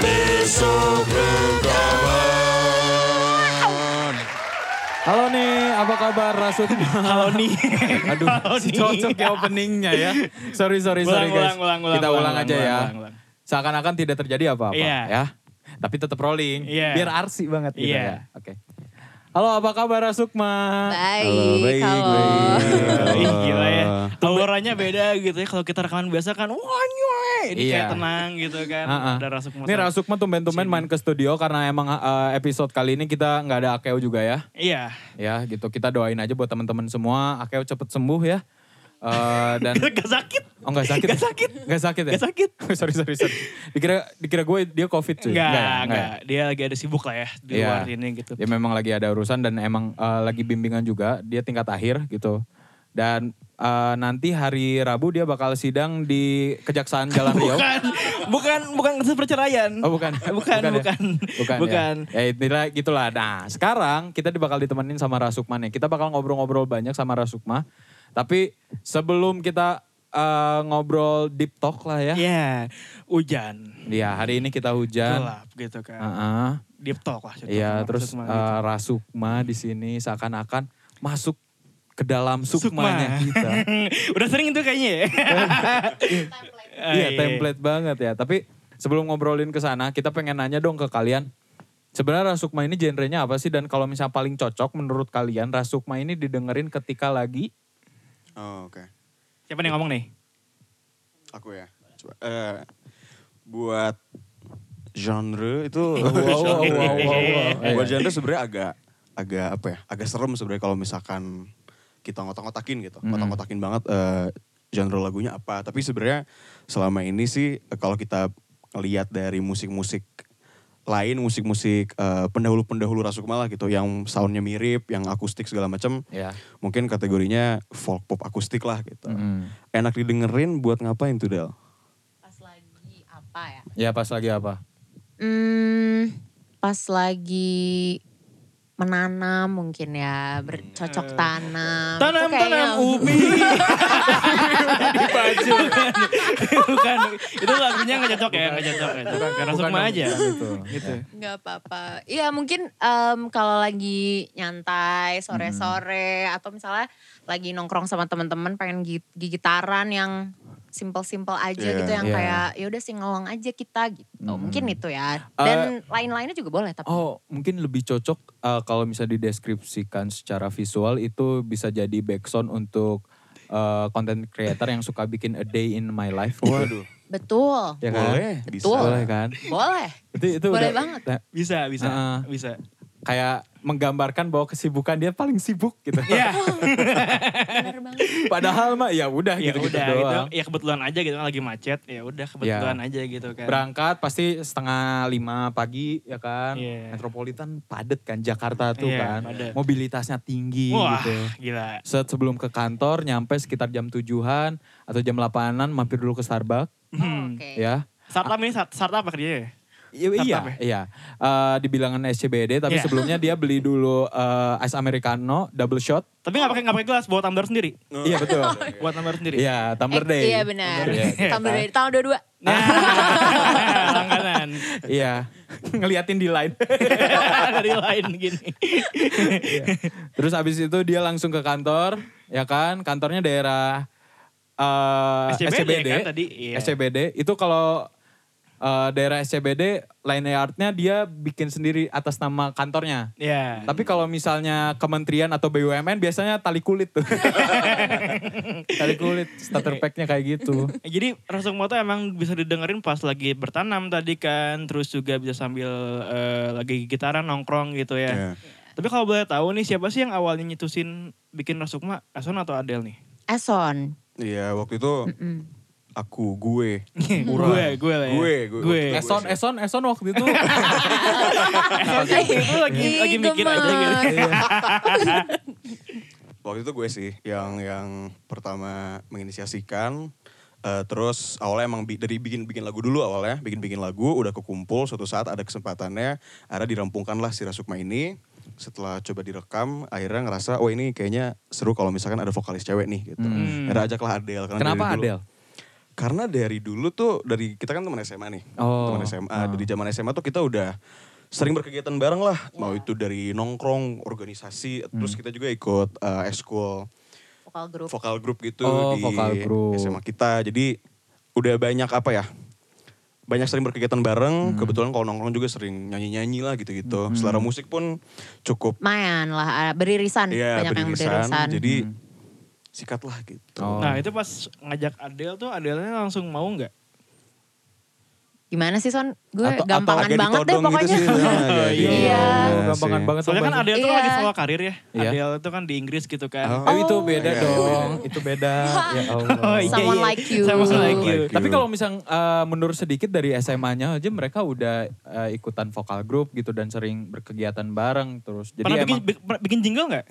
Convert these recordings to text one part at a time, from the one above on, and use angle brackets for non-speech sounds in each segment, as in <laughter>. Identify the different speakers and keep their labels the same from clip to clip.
Speaker 1: Besok
Speaker 2: Halo nih, apa kabar <laughs> Rasutna? Halo nih. Aduh,
Speaker 1: Halo
Speaker 2: si
Speaker 1: nih.
Speaker 2: cocok ya openingnya ya. Sorry, sorry, sorry guys.
Speaker 1: Ulang, ulang, ulang,
Speaker 2: Kita ulang,
Speaker 1: ulang,
Speaker 2: aja
Speaker 1: ulang,
Speaker 2: ya.
Speaker 1: ulang, ulang.
Speaker 2: Seakan-akan tidak terjadi apa-apa
Speaker 1: Iya.
Speaker 2: ya. Tapi tetap rolling.
Speaker 1: Iya.
Speaker 2: Biar arsi banget gitu
Speaker 1: Iya.
Speaker 2: ya. Oke. Halo, apa kabar Rasukma?
Speaker 3: Baik, halo.
Speaker 1: Ih gila ya. Auranya beda gitu ya. Kalau kita rekaman biasa kan wanyue. Ini kayak
Speaker 2: Iya.
Speaker 1: tenang gitu kan.
Speaker 2: Heeh.
Speaker 1: Ada rasa
Speaker 2: Ini Rasukma tumben-tumben main ke studio karena emang eh, episode kali ini kita nggak ada Akeo juga ya.
Speaker 1: Iya.
Speaker 2: Ya gitu, kita doain aja buat teman-teman semua. Akeo cepet sembuh ya. Eh, dan
Speaker 1: <laughs> Gak sakit.
Speaker 2: Oh enggak sakit.
Speaker 1: Nggak sakit.
Speaker 2: Enggak sakit ya?
Speaker 1: Nggak sakit.
Speaker 2: <laughs> sorry, sorry, sorry. Dikira dikira gue dia Covid cuy.
Speaker 1: Enggak,
Speaker 2: ya?
Speaker 1: enggak.
Speaker 2: ya?
Speaker 1: Dia lagi ada sibuk lah ya di
Speaker 2: Iya.
Speaker 1: luar ini gitu.
Speaker 2: Dia memang lagi ada urusan dan emang eh, lagi bimbingan juga, dia tingkat akhir gitu. Dan eh, nanti hari Rabu dia bakal sidang di Kejaksaan
Speaker 1: <laughs>
Speaker 2: Jalan Riau.
Speaker 1: Bukan, bukan, bukan kasus perceraian.
Speaker 2: Oh bukan.
Speaker 1: Mm. <laughs> Bukan,
Speaker 2: ya?
Speaker 1: bukan.
Speaker 2: Bukan.
Speaker 1: Bukan.
Speaker 2: Ya, ya itulah, gitulah. Nah sekarang kita di- bakal ditemenin sama Rasukma nih. Kita bakal ngobrol-ngobrol banyak sama Rasukma. Tapi sebelum kita eh, ngobrol deep talk lah ya.
Speaker 1: Iya, hujan.
Speaker 2: Iya, hari ini kita hujan.
Speaker 1: Gelap gitu kan.
Speaker 2: Heeh.
Speaker 1: Deep talk lah.
Speaker 2: Ah.
Speaker 1: deep talk
Speaker 2: Iya,
Speaker 1: sama gitu.
Speaker 2: terus
Speaker 1: Sukma
Speaker 2: eh, Rasukma di sini seakan-akan masuk ke dalam
Speaker 1: gitu.
Speaker 2: sukmanya
Speaker 1: <laughs>
Speaker 2: kita.
Speaker 1: <laughs> Udah sering itu kayaknya ya. <laughs>
Speaker 2: <laughs>
Speaker 1: Ah,
Speaker 2: Iya, template banget ya. Tapi sebelum ngobrolin ke sana, kita pengen nanya dong ke kalian. Sebenarnya Rasukma ini genrenya apa sih dan kalau misalnya paling cocok menurut kalian Rasukma ini didengerin ketika lagi
Speaker 4: Oh, oke.
Speaker 1: Siapa nih yang ngomong nih?
Speaker 4: Aku ya. Coba. eh, buat genre itu <laughs>
Speaker 2: wow, wow, wow.
Speaker 4: buat genre sebenarnya agak agak apa ya? Agak serem sebenarnya kalau misalkan kita ngotak-ngotakin gitu. Ngotak-ngotakin banget eh, genre lagunya apa. Tapi sebenarnya selama ini sih eh, kalau kita lihat dari musik-musik lain musik-musik eh, pendahulu-pendahulu Rasukma lah gitu yang soundnya mirip, yang akustik segala macam.
Speaker 2: ya.
Speaker 4: Mungkin kategorinya folk pop akustik lah gitu.
Speaker 2: Mm-hmm.
Speaker 4: enak didengerin buat ngapain tuh Del?
Speaker 3: Pas lagi apa ya?
Speaker 2: Ya pas lagi apa?
Speaker 3: Hmm, pas lagi menanam mungkin ya, bercocok tanam. Itu
Speaker 1: Tanam,
Speaker 3: kayaknya-
Speaker 1: tanam ubi. Di baju. bukan, itu lagunya gak cocok ya, gak cocok. ya. Karena Sukma
Speaker 2: dong,
Speaker 1: aja.
Speaker 2: bukan itu.
Speaker 1: <laughs> Gitu.
Speaker 3: Nggak apa-apa. Iya mungkin em, kalau lagi nyantai sore-sore atau misalnya lagi nongkrong sama teman-teman pengen gi- gigitaran yang simple-simple aja
Speaker 4: Iya,
Speaker 3: gitu yang
Speaker 2: iya.
Speaker 3: kayak ya udah singelong aja kita gitu. Mungkin itu
Speaker 2: Eh,
Speaker 3: ya. Dan lain-lainnya juga boleh tapi
Speaker 2: Oh, mungkin lebih cocok eh, kalau misalnya dideskripsikan secara visual itu bisa jadi background untuk eh, content creator yang suka bikin a day in my life. gitu.
Speaker 4: Waduh,
Speaker 3: betul.
Speaker 2: ya kan?
Speaker 4: boleh, bisa.
Speaker 3: Betul.
Speaker 2: Boleh kan?
Speaker 3: Boleh.
Speaker 2: Itu itu
Speaker 3: Boleh
Speaker 2: udah-
Speaker 3: banget.
Speaker 2: nah,
Speaker 1: Bisa, bisa,
Speaker 2: Heeh.
Speaker 1: bisa.
Speaker 2: kayak menggambarkan bahwa kesibukan dia paling sibuk gitu.
Speaker 1: Iya,
Speaker 3: Bener banget.
Speaker 2: <laughs> Padahal mah ya udah
Speaker 1: ya
Speaker 2: gitu-gitu
Speaker 1: udah gitu.
Speaker 2: doang. Iya.
Speaker 1: Ya kebetulan aja gitu kan lagi macet, ya udah kebetulan aja gitu kan.
Speaker 2: Berangkat pasti setengah lima pagi ya kan.
Speaker 1: Iya.
Speaker 2: Metropolitan padet kan Jakarta tuh
Speaker 1: Iya,
Speaker 2: kan.
Speaker 1: padet.
Speaker 2: Mobilitasnya tinggi
Speaker 1: Wah,
Speaker 2: gitu.
Speaker 1: gila.
Speaker 2: Set sebelum ke kantor nyampe sekitar jam tujuhan atau jam 8-an mampir dulu ke Starbucks
Speaker 3: Oh, Oke.
Speaker 2: ya.
Speaker 1: Startup ini start- startup apa kerjanya? ya?
Speaker 2: Iya,
Speaker 1: Startup
Speaker 2: iya,
Speaker 1: ya?
Speaker 2: iya. Eh, di bilangan SCBD tapi
Speaker 1: Iya.
Speaker 2: sebelumnya dia beli dulu eh, ice americano double shot.
Speaker 1: Tapi gak pakai nggak pakai gelas, bawa tumbler sendiri.
Speaker 2: Iya betul.
Speaker 3: <laughs>
Speaker 1: Buat tumbler sendiri.
Speaker 2: Iya, tumbler
Speaker 3: Oh. Eh,
Speaker 2: day.
Speaker 3: Iya benar.
Speaker 2: Tumbler day.
Speaker 3: Tambah dari tahun 22.
Speaker 2: <laughs>
Speaker 1: Nah, langganan <laughs>
Speaker 2: Iya. Ngeliatin di line.
Speaker 1: dari lain
Speaker 2: <laughs>
Speaker 1: gini.
Speaker 2: Iya. Terus abis itu dia langsung ke kantor, ya kan? Kantornya daerah eh,
Speaker 1: SCBD
Speaker 2: SCBD.
Speaker 1: kan tadi, iya.
Speaker 2: SCBD. Itu kalau eh, daerah SCBD line artnya dia bikin sendiri atas nama kantornya.
Speaker 1: Iya.
Speaker 2: Tapi kalau misalnya kementerian atau BUMN biasanya tali kulit tuh. tali kulit, starter pack-nya kayak gitu.
Speaker 1: Jadi Rasuk Moto emang bisa didengerin pas lagi bertanam tadi kan, terus juga bisa sambil eh, lagi gitaran nongkrong gitu
Speaker 4: Iya.
Speaker 1: ya. Tapi kalau boleh tahu nih siapa sih yang awalnya nyetusin bikin Rasukma, Ason atau Adel
Speaker 4: <laughs>
Speaker 1: nih?
Speaker 3: Eson.
Speaker 4: Iya, waktu itu aku gue.
Speaker 1: gue, gue lah ya.
Speaker 4: Gue, gue.
Speaker 1: gue.
Speaker 2: Eson, Eson, Eson waktu itu. Oh, gitu.
Speaker 1: Eson sih waktu itu lagi,
Speaker 3: Ih,
Speaker 2: Iya.
Speaker 1: lagi mikir aja gitu.
Speaker 3: gemes.
Speaker 4: Waktu itu gue sih yang yang pertama menginisiasikan. eh, terus awalnya emang bi- dari bikin-bikin lagu dulu awalnya, bikin-bikin lagu udah kekumpul suatu saat ada kesempatannya, ada dirampungkanlah si Rasukma ini. Setelah coba direkam, akhirnya ngerasa oh ini kayaknya seru kalau misalkan ada vokalis cewek nih gitu.
Speaker 1: Hmm.
Speaker 4: Akhirnya ajaklah Adele karena
Speaker 2: Kenapa
Speaker 4: dari dulu-
Speaker 2: Adele?
Speaker 4: karena dari dulu tuh dari kita kan teman SMA nih.
Speaker 2: Oh.
Speaker 4: Teman SMA dari zaman SMA tuh kita udah sering berkegiatan bareng lah. Mau itu dari nongkrong, organisasi,
Speaker 2: Hmm.
Speaker 4: terus kita juga ikut eh, eskul
Speaker 3: vokal grup.
Speaker 4: vokal grup gitu
Speaker 2: Oh,
Speaker 4: di
Speaker 2: vokal grup.
Speaker 4: SMA kita. Jadi udah banyak apa ya? Banyak sering berkegiatan
Speaker 2: Hmm.
Speaker 4: bareng, kebetulan kalau nongkrong juga sering nyanyi-nyanyi lah gitu-gitu. Selera musik pun cukup
Speaker 3: Mayan lah, eh, beririsan.
Speaker 4: ya
Speaker 3: banyak yang beririsan.
Speaker 4: beririsan. Jadi sikatlah gitu.
Speaker 2: Hmm. Oh.
Speaker 1: Nah itu pas ngajak Adele tuh Adele-nya langsung mau nggak?
Speaker 3: Gimana sih Son? Gue
Speaker 2: Atau- atau
Speaker 3: gampangan
Speaker 4: agak
Speaker 3: banget deh
Speaker 4: ditodong
Speaker 3: <laughs>
Speaker 4: gitu
Speaker 3: pokoknya.
Speaker 4: sih, agak
Speaker 1: Iya.
Speaker 4: ditodong
Speaker 2: Oh, gampangan
Speaker 4: sih.
Speaker 2: banget.
Speaker 1: Soalnya kan Adele tuh
Speaker 3: Iya.
Speaker 1: lagi solo karir ya.
Speaker 2: Iya.
Speaker 1: Adele tuh kan di Inggris gitu kan.
Speaker 4: Oh.
Speaker 2: Oh, itu beda
Speaker 4: Iya.
Speaker 2: dong, itu
Speaker 1: <laughs>
Speaker 2: beda. ya Allah.
Speaker 3: iya. Someone like you.
Speaker 1: Oh, Someone like you.
Speaker 4: Like you.
Speaker 2: Tapi kalau misal eh, mundur sedikit dari SMA-nya aja mereka udah eh, ikutan vokal grup gitu dan sering berkegiatan bareng terus. Jadi
Speaker 1: Pernah bikin,
Speaker 2: emang
Speaker 1: bi- pernah bikin jingle nggak?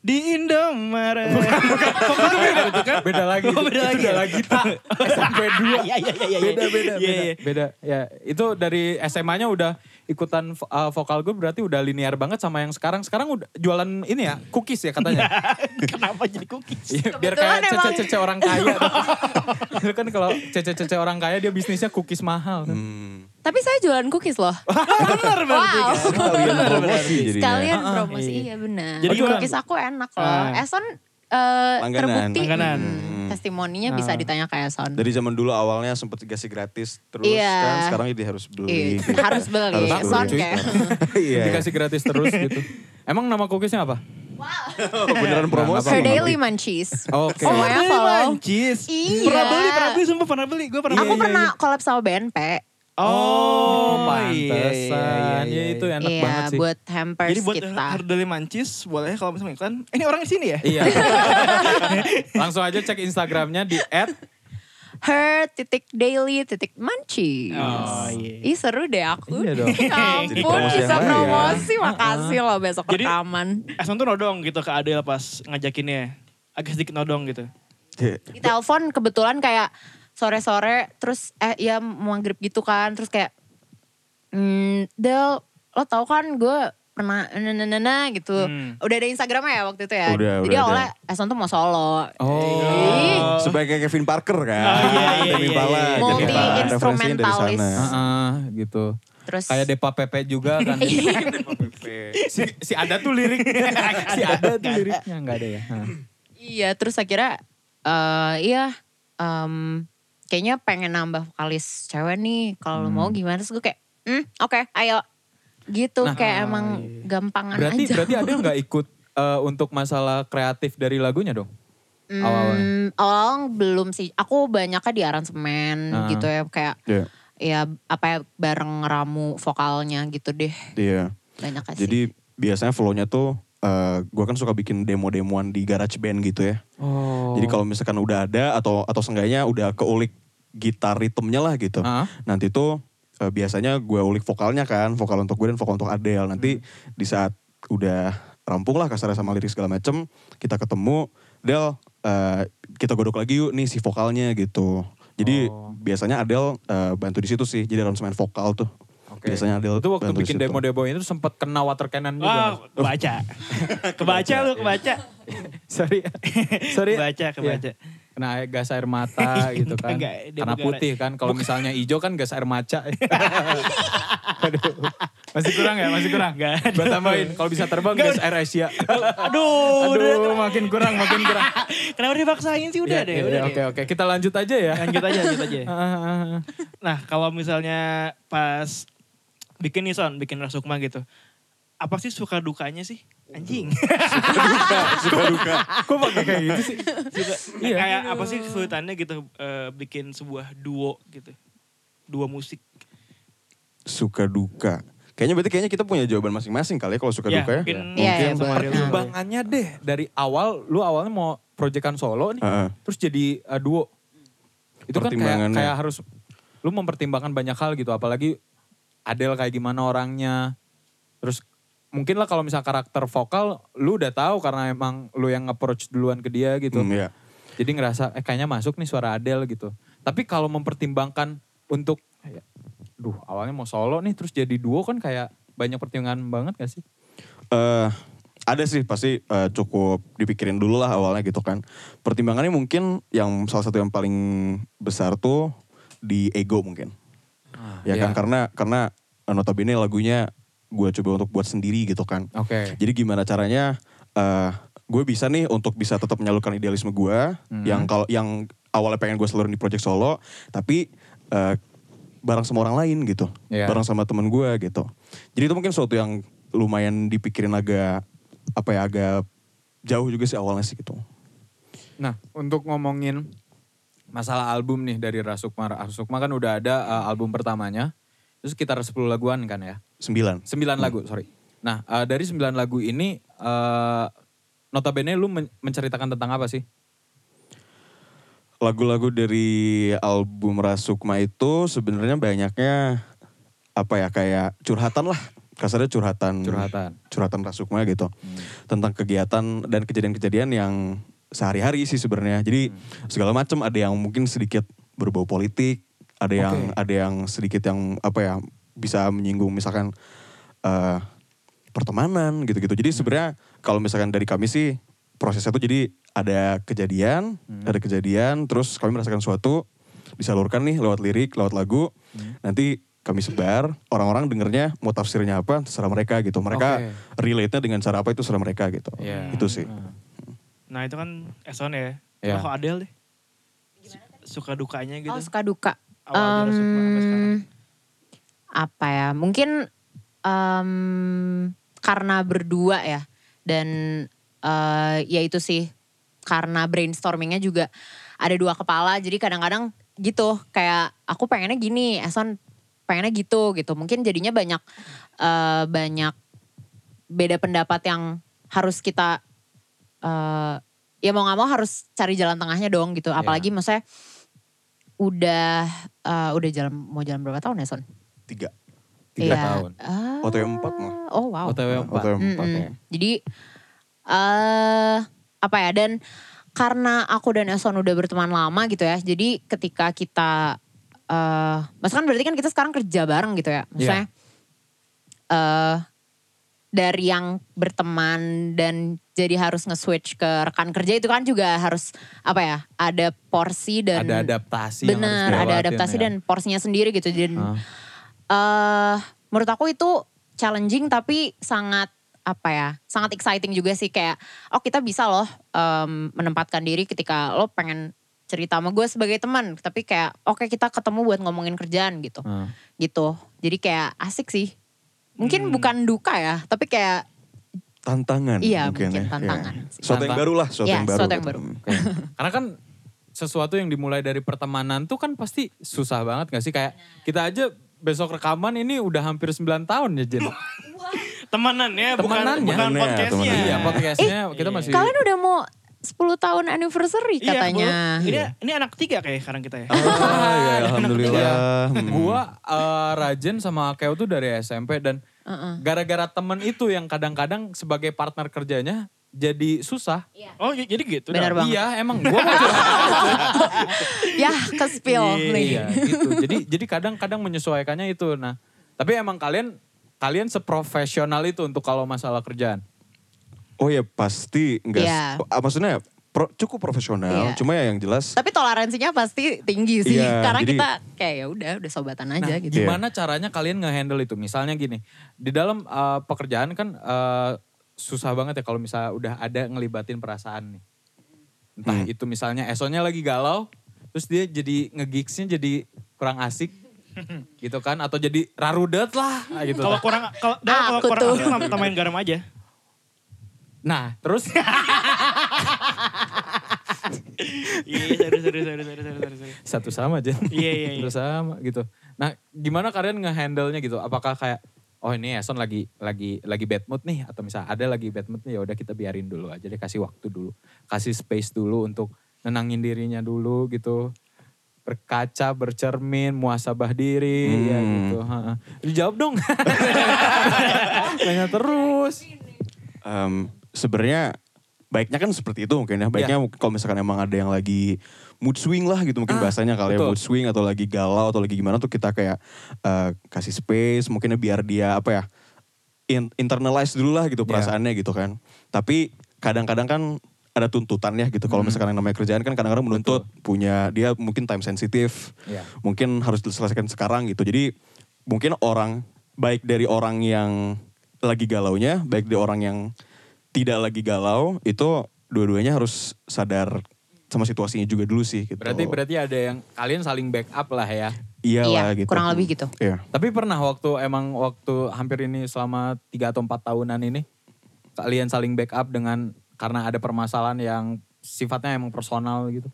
Speaker 1: Di Indomaret. Kok itu beda gitu kan?
Speaker 2: beda lagi.
Speaker 1: <laughs> Oh, beda lagi
Speaker 2: Itu udah
Speaker 1: ya?
Speaker 2: lagi
Speaker 1: <laughs>
Speaker 2: tak SMP 2.
Speaker 1: Iya, iya, iya, iya.
Speaker 2: Beda beda
Speaker 1: Iya,
Speaker 2: beda.
Speaker 1: iya.
Speaker 2: Beda ya. Itu dari SMA-nya udah ikutan vo- eh, vokal grup berarti udah linear banget sama yang sekarang. Sekarang udah jualan ini ya, cookies ya katanya.
Speaker 1: Kenapa jadi cookies?
Speaker 2: Iya, biar
Speaker 3: Kebetulan
Speaker 2: kayak
Speaker 3: emang.
Speaker 2: cece-cece orang kaya.
Speaker 3: <laughs>
Speaker 2: Itu kan kalau cece-cece orang kaya dia bisnisnya cookies mahal. kan.
Speaker 4: Hmm.
Speaker 3: Tapi saya jualan cookies loh.
Speaker 1: <laughs> Bener berarti
Speaker 3: Wow.
Speaker 1: kan?
Speaker 4: Sekalian promosi jadinya.
Speaker 3: Sekalian promosi,
Speaker 1: Iya.
Speaker 3: iya benar.
Speaker 1: Jadi
Speaker 3: Jadi
Speaker 1: jualan.
Speaker 3: cookies aku enak loh.
Speaker 1: Ah.
Speaker 3: Eson eh,
Speaker 4: Langganan.
Speaker 3: terbukti.
Speaker 1: Langganan. Ah.
Speaker 3: Hmm, Testimoninya bisa ditanya ke Eson.
Speaker 4: Dari zaman dulu awalnya sempet dikasih gratis terus
Speaker 3: Iya.
Speaker 4: kan sekarang jadi harus beli.
Speaker 3: Iya, harus beli.
Speaker 4: Harus
Speaker 2: Bang,
Speaker 3: Son
Speaker 2: cuy.
Speaker 3: kayak.
Speaker 4: <laughs> Iya.
Speaker 2: Dikasih gratis terus gitu. Emang nama cookiesnya apa?
Speaker 4: beneran promosi.
Speaker 2: Apa, Bang?
Speaker 3: Her daily munchies.
Speaker 2: Oke.
Speaker 1: Oh, beli
Speaker 3: Semuanya follow.
Speaker 1: mancis.
Speaker 3: Iya.
Speaker 1: Pernah beli, pernah beli, sumpah pernah beli. Gue pernah
Speaker 2: Iya.
Speaker 3: Aku
Speaker 1: beli.
Speaker 3: pernah collab sama BNP.
Speaker 1: Oh,
Speaker 2: pantesan.
Speaker 1: iya, iya,
Speaker 2: Ya itu
Speaker 1: iya.
Speaker 2: enak
Speaker 3: iya,
Speaker 2: banget sih.
Speaker 3: buat hampers
Speaker 1: Jadi buat
Speaker 3: kita.
Speaker 1: Herdeli Mancis, boleh kalau misalnya iklan, eh, ini orang di sini ya?
Speaker 3: <laughs>
Speaker 2: Iya. Langsung aja cek Instagramnya di at
Speaker 3: Her titik daily titik munchies.
Speaker 1: Oh, iya.
Speaker 3: Ih seru deh aku.
Speaker 2: Iya dong.
Speaker 3: <laughs> Ya
Speaker 4: Jadi
Speaker 3: ampun
Speaker 4: promosi
Speaker 3: bisa
Speaker 4: yang lain ya.
Speaker 3: promosi. Makasih loh besok
Speaker 1: Jadi-
Speaker 3: rekaman.
Speaker 1: Eson tuh nodong gitu ke Adele pas ngajakinnya. Agak sedikit nodong gitu.
Speaker 3: Di telepon kebetulan kayak sore-sore terus eh ya maghrib gitu kan. Terus kayak hmm, Del lo tau kan gue pernah nana gitu.
Speaker 1: Hmm.
Speaker 3: Udah ada Instagramnya ya waktu itu ya.
Speaker 4: Udah,
Speaker 3: Jadi
Speaker 4: udah ada.
Speaker 3: awalnya Eson tuh mau solo.
Speaker 2: Oh.
Speaker 4: Sebagai Kevin Parker kan.
Speaker 1: Oh, iya, iya,
Speaker 4: Demi
Speaker 1: iya,
Speaker 4: Pala.
Speaker 1: iya.
Speaker 4: Demi Pala.
Speaker 3: Multi-instrumentalis.
Speaker 4: Referensinya dari sana.
Speaker 2: Heeh, gitu.
Speaker 3: Terus
Speaker 2: Kayak
Speaker 3: <laughs>
Speaker 2: Depa Pepe juga kan.
Speaker 3: Iya.
Speaker 2: si, si ada tuh lirik.
Speaker 3: <laughs>
Speaker 2: si ada tuh liriknya enggak ada ya. Hah.
Speaker 3: Iya, terus akhirnya eh iya em, kayaknya pengen nambah vokalis cewek nih. Kalau lo mau gimana? Terus gue kayak, "Hmm, oke, ayo." Gitu
Speaker 2: Nah,
Speaker 3: kayak emang gampangan
Speaker 2: Berarti
Speaker 3: aja.
Speaker 2: berarti ada nggak ikut eh, untuk masalah kreatif dari lagunya dong?
Speaker 3: <laughs> Hmm,
Speaker 2: awal-awal? ya?
Speaker 3: awal belum sih. Aku banyaknya di aransemen
Speaker 2: Ah.
Speaker 3: gitu ya kayak
Speaker 4: Iya.
Speaker 3: ya apa ya bareng ramu vokalnya gitu deh.
Speaker 4: Iya.
Speaker 3: Banyak sih.
Speaker 4: Jadi biasanya flow-nya tuh eh gue kan suka bikin demo-demoan di garage band gitu ya.
Speaker 2: Oh.
Speaker 4: Jadi kalau misalkan udah ada atau atau seenggaknya udah keulik gitar ritmenya lah gitu.
Speaker 2: Ah.
Speaker 4: Nanti tuh eh, biasanya gue ulik vokalnya kan, vokal untuk gue dan vokal untuk Adele.
Speaker 2: Hmm.
Speaker 4: Nanti di saat udah rampung lah kasarnya sama lirik segala macem, kita ketemu, Del eh, kita godok lagi yuk nih si vokalnya gitu. Jadi
Speaker 2: Oh.
Speaker 4: biasanya Adele eh, bantu di situ sih, jadi aransemen vokal tuh.
Speaker 2: Oke.
Speaker 4: Biasanya Adele
Speaker 2: itu waktu
Speaker 4: bantu di
Speaker 2: bikin
Speaker 4: situ. <laughs>
Speaker 2: demo demo itu sempat kena water cannon
Speaker 1: Wah,
Speaker 2: juga.
Speaker 1: kebaca. kebaca lu, kebaca.
Speaker 2: <laughs> iya.
Speaker 1: <laughs>
Speaker 2: Sorry. Sorry.
Speaker 1: Kebaca, kebaca.
Speaker 2: Iya. Kena air- gas air
Speaker 1: <laughs>
Speaker 2: mata gitu kan.
Speaker 1: Enggak, dia
Speaker 2: Karena
Speaker 1: bukan-
Speaker 2: putih kan. Kalau misalnya hijau kan gas air
Speaker 1: <laughs>
Speaker 2: maca. <laughs> Aduh. Masih kurang ya? Masih
Speaker 1: <laughs>
Speaker 2: kurang?
Speaker 1: Enggak ada.
Speaker 2: Buat tambahin. Kalau bisa terbang
Speaker 1: Enggak,
Speaker 2: gas air Asia.
Speaker 1: Aduh, udah.
Speaker 2: Aduh, makin kurang, makin kurang.
Speaker 1: Kenapa dipaksain sih? Udah
Speaker 2: Ya,
Speaker 1: deh,
Speaker 2: ya,
Speaker 1: udah
Speaker 2: ya, Oke,
Speaker 1: deh. Iya.
Speaker 2: oke. Kita lanjut aja ya.
Speaker 1: Lanjut aja, lanjut aja.
Speaker 2: Ah, ah, ah.
Speaker 1: Nah, kalau misalnya pas bikin nih Son, bikin Rasukma gitu. Apa sih suka dukanya sih? Anjing.
Speaker 2: Kok pakai kayak gitu sih?
Speaker 1: Suka,
Speaker 5: <laughs>
Speaker 2: Iya.
Speaker 1: kayak apa sih kesulitannya gitu eh, bikin sebuah duo gitu. Dua musik.
Speaker 4: Suka duka. Kayaknya berarti kayaknya kita punya jawaban masing-masing kali ya kalau suka
Speaker 1: Ya,
Speaker 4: duka ya.
Speaker 1: mungkin
Speaker 3: Iya,
Speaker 1: mungkin
Speaker 3: iya,
Speaker 1: sama
Speaker 3: benar.
Speaker 1: Ariel dulu.
Speaker 2: Sumbangannya deh dari awal lu awalnya mau proyekan solo nih,
Speaker 4: Heeh.
Speaker 2: terus jadi uh, duo. Itu kan kayak
Speaker 4: Pertimbangannya.
Speaker 2: kayak harus lu mempertimbangkan banyak hal gitu, apalagi Adele kayak gimana orangnya. Terus mungkin lah kalau misalnya karakter vokal lu udah tahu karena emang lu yang approach duluan ke dia gitu.
Speaker 4: Hmm, iya.
Speaker 2: Jadi ngerasa eh kayaknya masuk nih suara Adele gitu. Tapi kalau mempertimbangkan untuk kayak, duh awalnya mau solo nih terus jadi duo kan kayak banyak pertimbangan banget gak sih?
Speaker 4: eh ada sih pasti eh, cukup dipikirin dulu lah awalnya gitu kan. Pertimbangannya mungkin yang salah satu yang paling besar tuh di ego mungkin. ya kan
Speaker 2: iya.
Speaker 4: karena karena eh, notabene lagunya gue coba untuk buat sendiri gitu kan.
Speaker 2: Oke.
Speaker 4: Jadi gimana caranya eh gue bisa nih untuk bisa tetap menyalurkan idealisme gue
Speaker 2: Hmm.
Speaker 4: yang kalau yang awalnya pengen gue seluruh di project solo tapi eh bareng sama orang lain gitu.
Speaker 2: Iya.
Speaker 4: Bareng sama temen gue gitu. Jadi itu mungkin suatu yang lumayan dipikirin agak apa ya agak jauh juga sih awalnya sih gitu.
Speaker 2: Nah, untuk ngomongin masalah album nih dari Rasukma. Rasukma kan udah ada uh, album pertamanya. Terus sekitar 10 laguan kan ya.
Speaker 4: Sembilan.
Speaker 2: 9 lagu, sorry. Nah, uh, dari 9 lagu ini uh, notabene lu men- menceritakan tentang apa sih?
Speaker 4: Lagu-lagu dari album Rasukma itu sebenarnya banyaknya apa ya kayak curhatan lah. Kasarnya curhatan.
Speaker 2: Curhatan.
Speaker 4: curhatan Rasukma gitu tentang kegiatan dan kejadian-kejadian yang sehari-hari sih sebenarnya jadi segala macam ada yang mungkin sedikit berbau politik ada yang ada yang sedikit yang apa ya bisa menyinggung misalkan eh, pertemanan gitu-gitu jadi sebenarnya kalau misalkan dari kami sih prosesnya tuh jadi ada kejadian ada kejadian terus kami merasakan suatu disalurkan nih lewat lirik lewat lagu nanti kami sebar orang-orang dengernya mau tafsirnya apa terserah mereka gitu mereka relate-nya dengan cara apa itu terserah mereka gitu
Speaker 2: Iya.
Speaker 4: itu sih
Speaker 5: Nah itu kan Eson ya.
Speaker 2: Iya.
Speaker 5: Nah, Kalau Adele deh. Suka dukanya gitu.
Speaker 3: Oh suka duka.
Speaker 5: Awal dari Rasukma sampai sekarang.
Speaker 3: Em, apa ya? Mungkin em, karena berdua ya dan eh, ya itu sih karena brainstormingnya juga ada dua kepala. Jadi kadang-kadang gitu kayak aku pengennya gini, Eson pengennya gitu gitu. Mungkin jadinya banyak eh, banyak beda pendapat yang harus kita eh, ya mau nggak mau harus cari jalan tengahnya dong gitu. Apalagi maksudnya udah eh, udah jalan mau jalan berapa tahun ya Son?
Speaker 4: tiga
Speaker 2: Tiga
Speaker 3: Iya.
Speaker 2: tahun.
Speaker 3: Ah.
Speaker 4: OTW empat malah.
Speaker 3: Oh wow.
Speaker 2: OTW empat.
Speaker 4: OTW
Speaker 3: Mm-mm.
Speaker 4: empat ya.
Speaker 3: Jadi eh apa ya dan karena aku dan Eson udah berteman lama gitu ya. Jadi ketika kita eh mas kan berarti kan kita sekarang kerja bareng gitu
Speaker 2: Iya.
Speaker 3: ya. Maksudnya eh dari yang berteman dan jadi harus nge-switch ke rekan kerja itu kan juga harus apa ya? Ada porsi dan
Speaker 2: ada adaptasi yang harus
Speaker 3: Bener, ada
Speaker 2: dilewatin
Speaker 3: adaptasi
Speaker 2: ya.
Speaker 3: dan porsinya sendiri gitu. Dan
Speaker 2: Ah.
Speaker 3: eh, menurut aku itu challenging tapi sangat apa ya, sangat exciting juga sih kayak oh kita bisa loh em, menempatkan diri ketika lo pengen cerita sama gue sebagai teman, tapi kayak oke kita ketemu buat ngomongin kerjaan gitu,
Speaker 2: Ah.
Speaker 3: gitu. Jadi kayak asik sih. Mungkin
Speaker 5: Hmm.
Speaker 3: bukan duka ya, tapi kayak
Speaker 4: tantangan
Speaker 3: Iya,
Speaker 4: mungkin,
Speaker 3: mungkin
Speaker 4: ya.
Speaker 3: tantangan
Speaker 4: Iya.
Speaker 3: sih.
Speaker 4: suatu yang
Speaker 2: Tantang-
Speaker 4: baru lah suatu
Speaker 3: Iya,
Speaker 4: yang baru
Speaker 3: suatu yang
Speaker 4: gitu.
Speaker 3: baru.
Speaker 2: Oke.
Speaker 3: <laughs>
Speaker 2: Karena kan sesuatu yang dimulai dari pertemanan tuh kan pasti susah banget gak sih? Kayak kita aja besok rekaman ini udah hampir 9 tahun ya Jen.
Speaker 5: Temenan ya, bukan,
Speaker 2: Temenan ya.
Speaker 5: bukan
Speaker 4: Temenan ya,
Speaker 5: podcastnya.
Speaker 4: temenan.
Speaker 2: Iya podcastnya kita masih...
Speaker 3: kalian udah mau 10 tahun anniversary
Speaker 5: Iya,
Speaker 3: katanya. Oh.
Speaker 5: Bu.
Speaker 3: <laughs>
Speaker 5: Ini, ini anak tiga kayak sekarang kita ya.
Speaker 4: <laughs> Ah, iya,
Speaker 2: Iya.
Speaker 4: alhamdulillah Hmm.
Speaker 2: Gua eh, Rajen sama Keo tuh dari SMP dan
Speaker 3: Heeh.
Speaker 2: gara-gara temen itu yang kadang-kadang sebagai partner kerjanya jadi susah.
Speaker 5: Oh j- jadi gitu.
Speaker 3: Benar
Speaker 5: dah.
Speaker 3: Iya. banget.
Speaker 2: Iya emang gua mau curhat.
Speaker 3: Yah, Ya, ke spill nih.
Speaker 2: Iya gitu. Jadi jadi kadang-kadang menyesuaikannya itu. Nah, tapi emang kalian kalian seprofesional itu untuk kalau masalah kerjaan.
Speaker 4: oh ya pasti enggak
Speaker 3: Iya.
Speaker 4: ah, maksudnya pro- cukup profesional
Speaker 3: Iya.
Speaker 4: cuma ya yang jelas
Speaker 3: Tapi toleransinya pasti tinggi sih.
Speaker 4: Iya,
Speaker 3: Karena
Speaker 4: jadi-
Speaker 3: kita kayak ya udah udah sobatan
Speaker 2: Nah,
Speaker 3: aja gitu.
Speaker 2: Gimana caranya kalian ngehandle itu? Misalnya gini, di dalam eh, pekerjaan kan eh, susah banget ya kalau misalnya udah ada ngelibatin perasaan nih. Entah itu misalnya esoknya lagi galau, terus dia jadi ngegigsnya jadi kurang asik gitu kan atau jadi rarudet lah gitu.
Speaker 5: Kalau kurang kalau dah, kalau
Speaker 3: Aku
Speaker 5: kurang
Speaker 3: tuh.
Speaker 5: asli tam- tambahin garam aja.
Speaker 2: Nah, terus
Speaker 5: Iya, serius serius serius serius serius. serius.
Speaker 2: satu sama aja.
Speaker 5: Iya, iya, iya.
Speaker 2: Satu sama gitu. Nah, gimana kalian ngehandle-nya gitu? Apakah kayak oh ini Eson lagi lagi lagi bad mood nih atau misalnya ada lagi bad mood nih ya udah kita biarin dulu aja deh kasih waktu dulu. Kasih space dulu untuk nenangin dirinya dulu gitu. Berkaca, bercermin, muasabah diri ya gitu. Ha-ha. Dijawab dong. <laughs> Nanya terus.
Speaker 6: terus.
Speaker 4: Em, sebenarnya baiknya kan seperti itu mungkin
Speaker 6: Iya.
Speaker 4: ya. Baiknya mungkin kalau misalkan emang ada yang lagi mood swing lah gitu mungkin bahasanya kalau ya
Speaker 6: Ah, betul.
Speaker 4: mood swing atau lagi galau atau lagi gimana tuh kita kayak eh, kasih space mungkin biar dia apa ya in- internalize dulu lah gitu
Speaker 6: Iya.
Speaker 4: perasaannya gitu kan. Tapi kadang-kadang kan ada tuntutan ya gitu.
Speaker 6: Hmm.
Speaker 4: Kalau misalkan yang namanya kerjaan kan kadang-kadang menuntut punya dia mungkin time sensitif.
Speaker 6: Iya.
Speaker 4: Mungkin harus diselesaikan sekarang gitu. Jadi mungkin orang baik dari orang yang lagi galaunya, baik dari orang yang tidak lagi galau itu dua-duanya harus sadar sama situasinya juga dulu sih gitu.
Speaker 6: Berarti berarti ada yang kalian saling backup lah ya.
Speaker 4: Iyalah,
Speaker 3: Iya,
Speaker 4: gitu.
Speaker 3: kurang lebih gitu.
Speaker 4: Iya.
Speaker 6: Tapi pernah waktu emang waktu hampir ini selama 3 atau 4 tahunan ini kalian saling backup dengan karena ada permasalahan yang sifatnya emang personal gitu.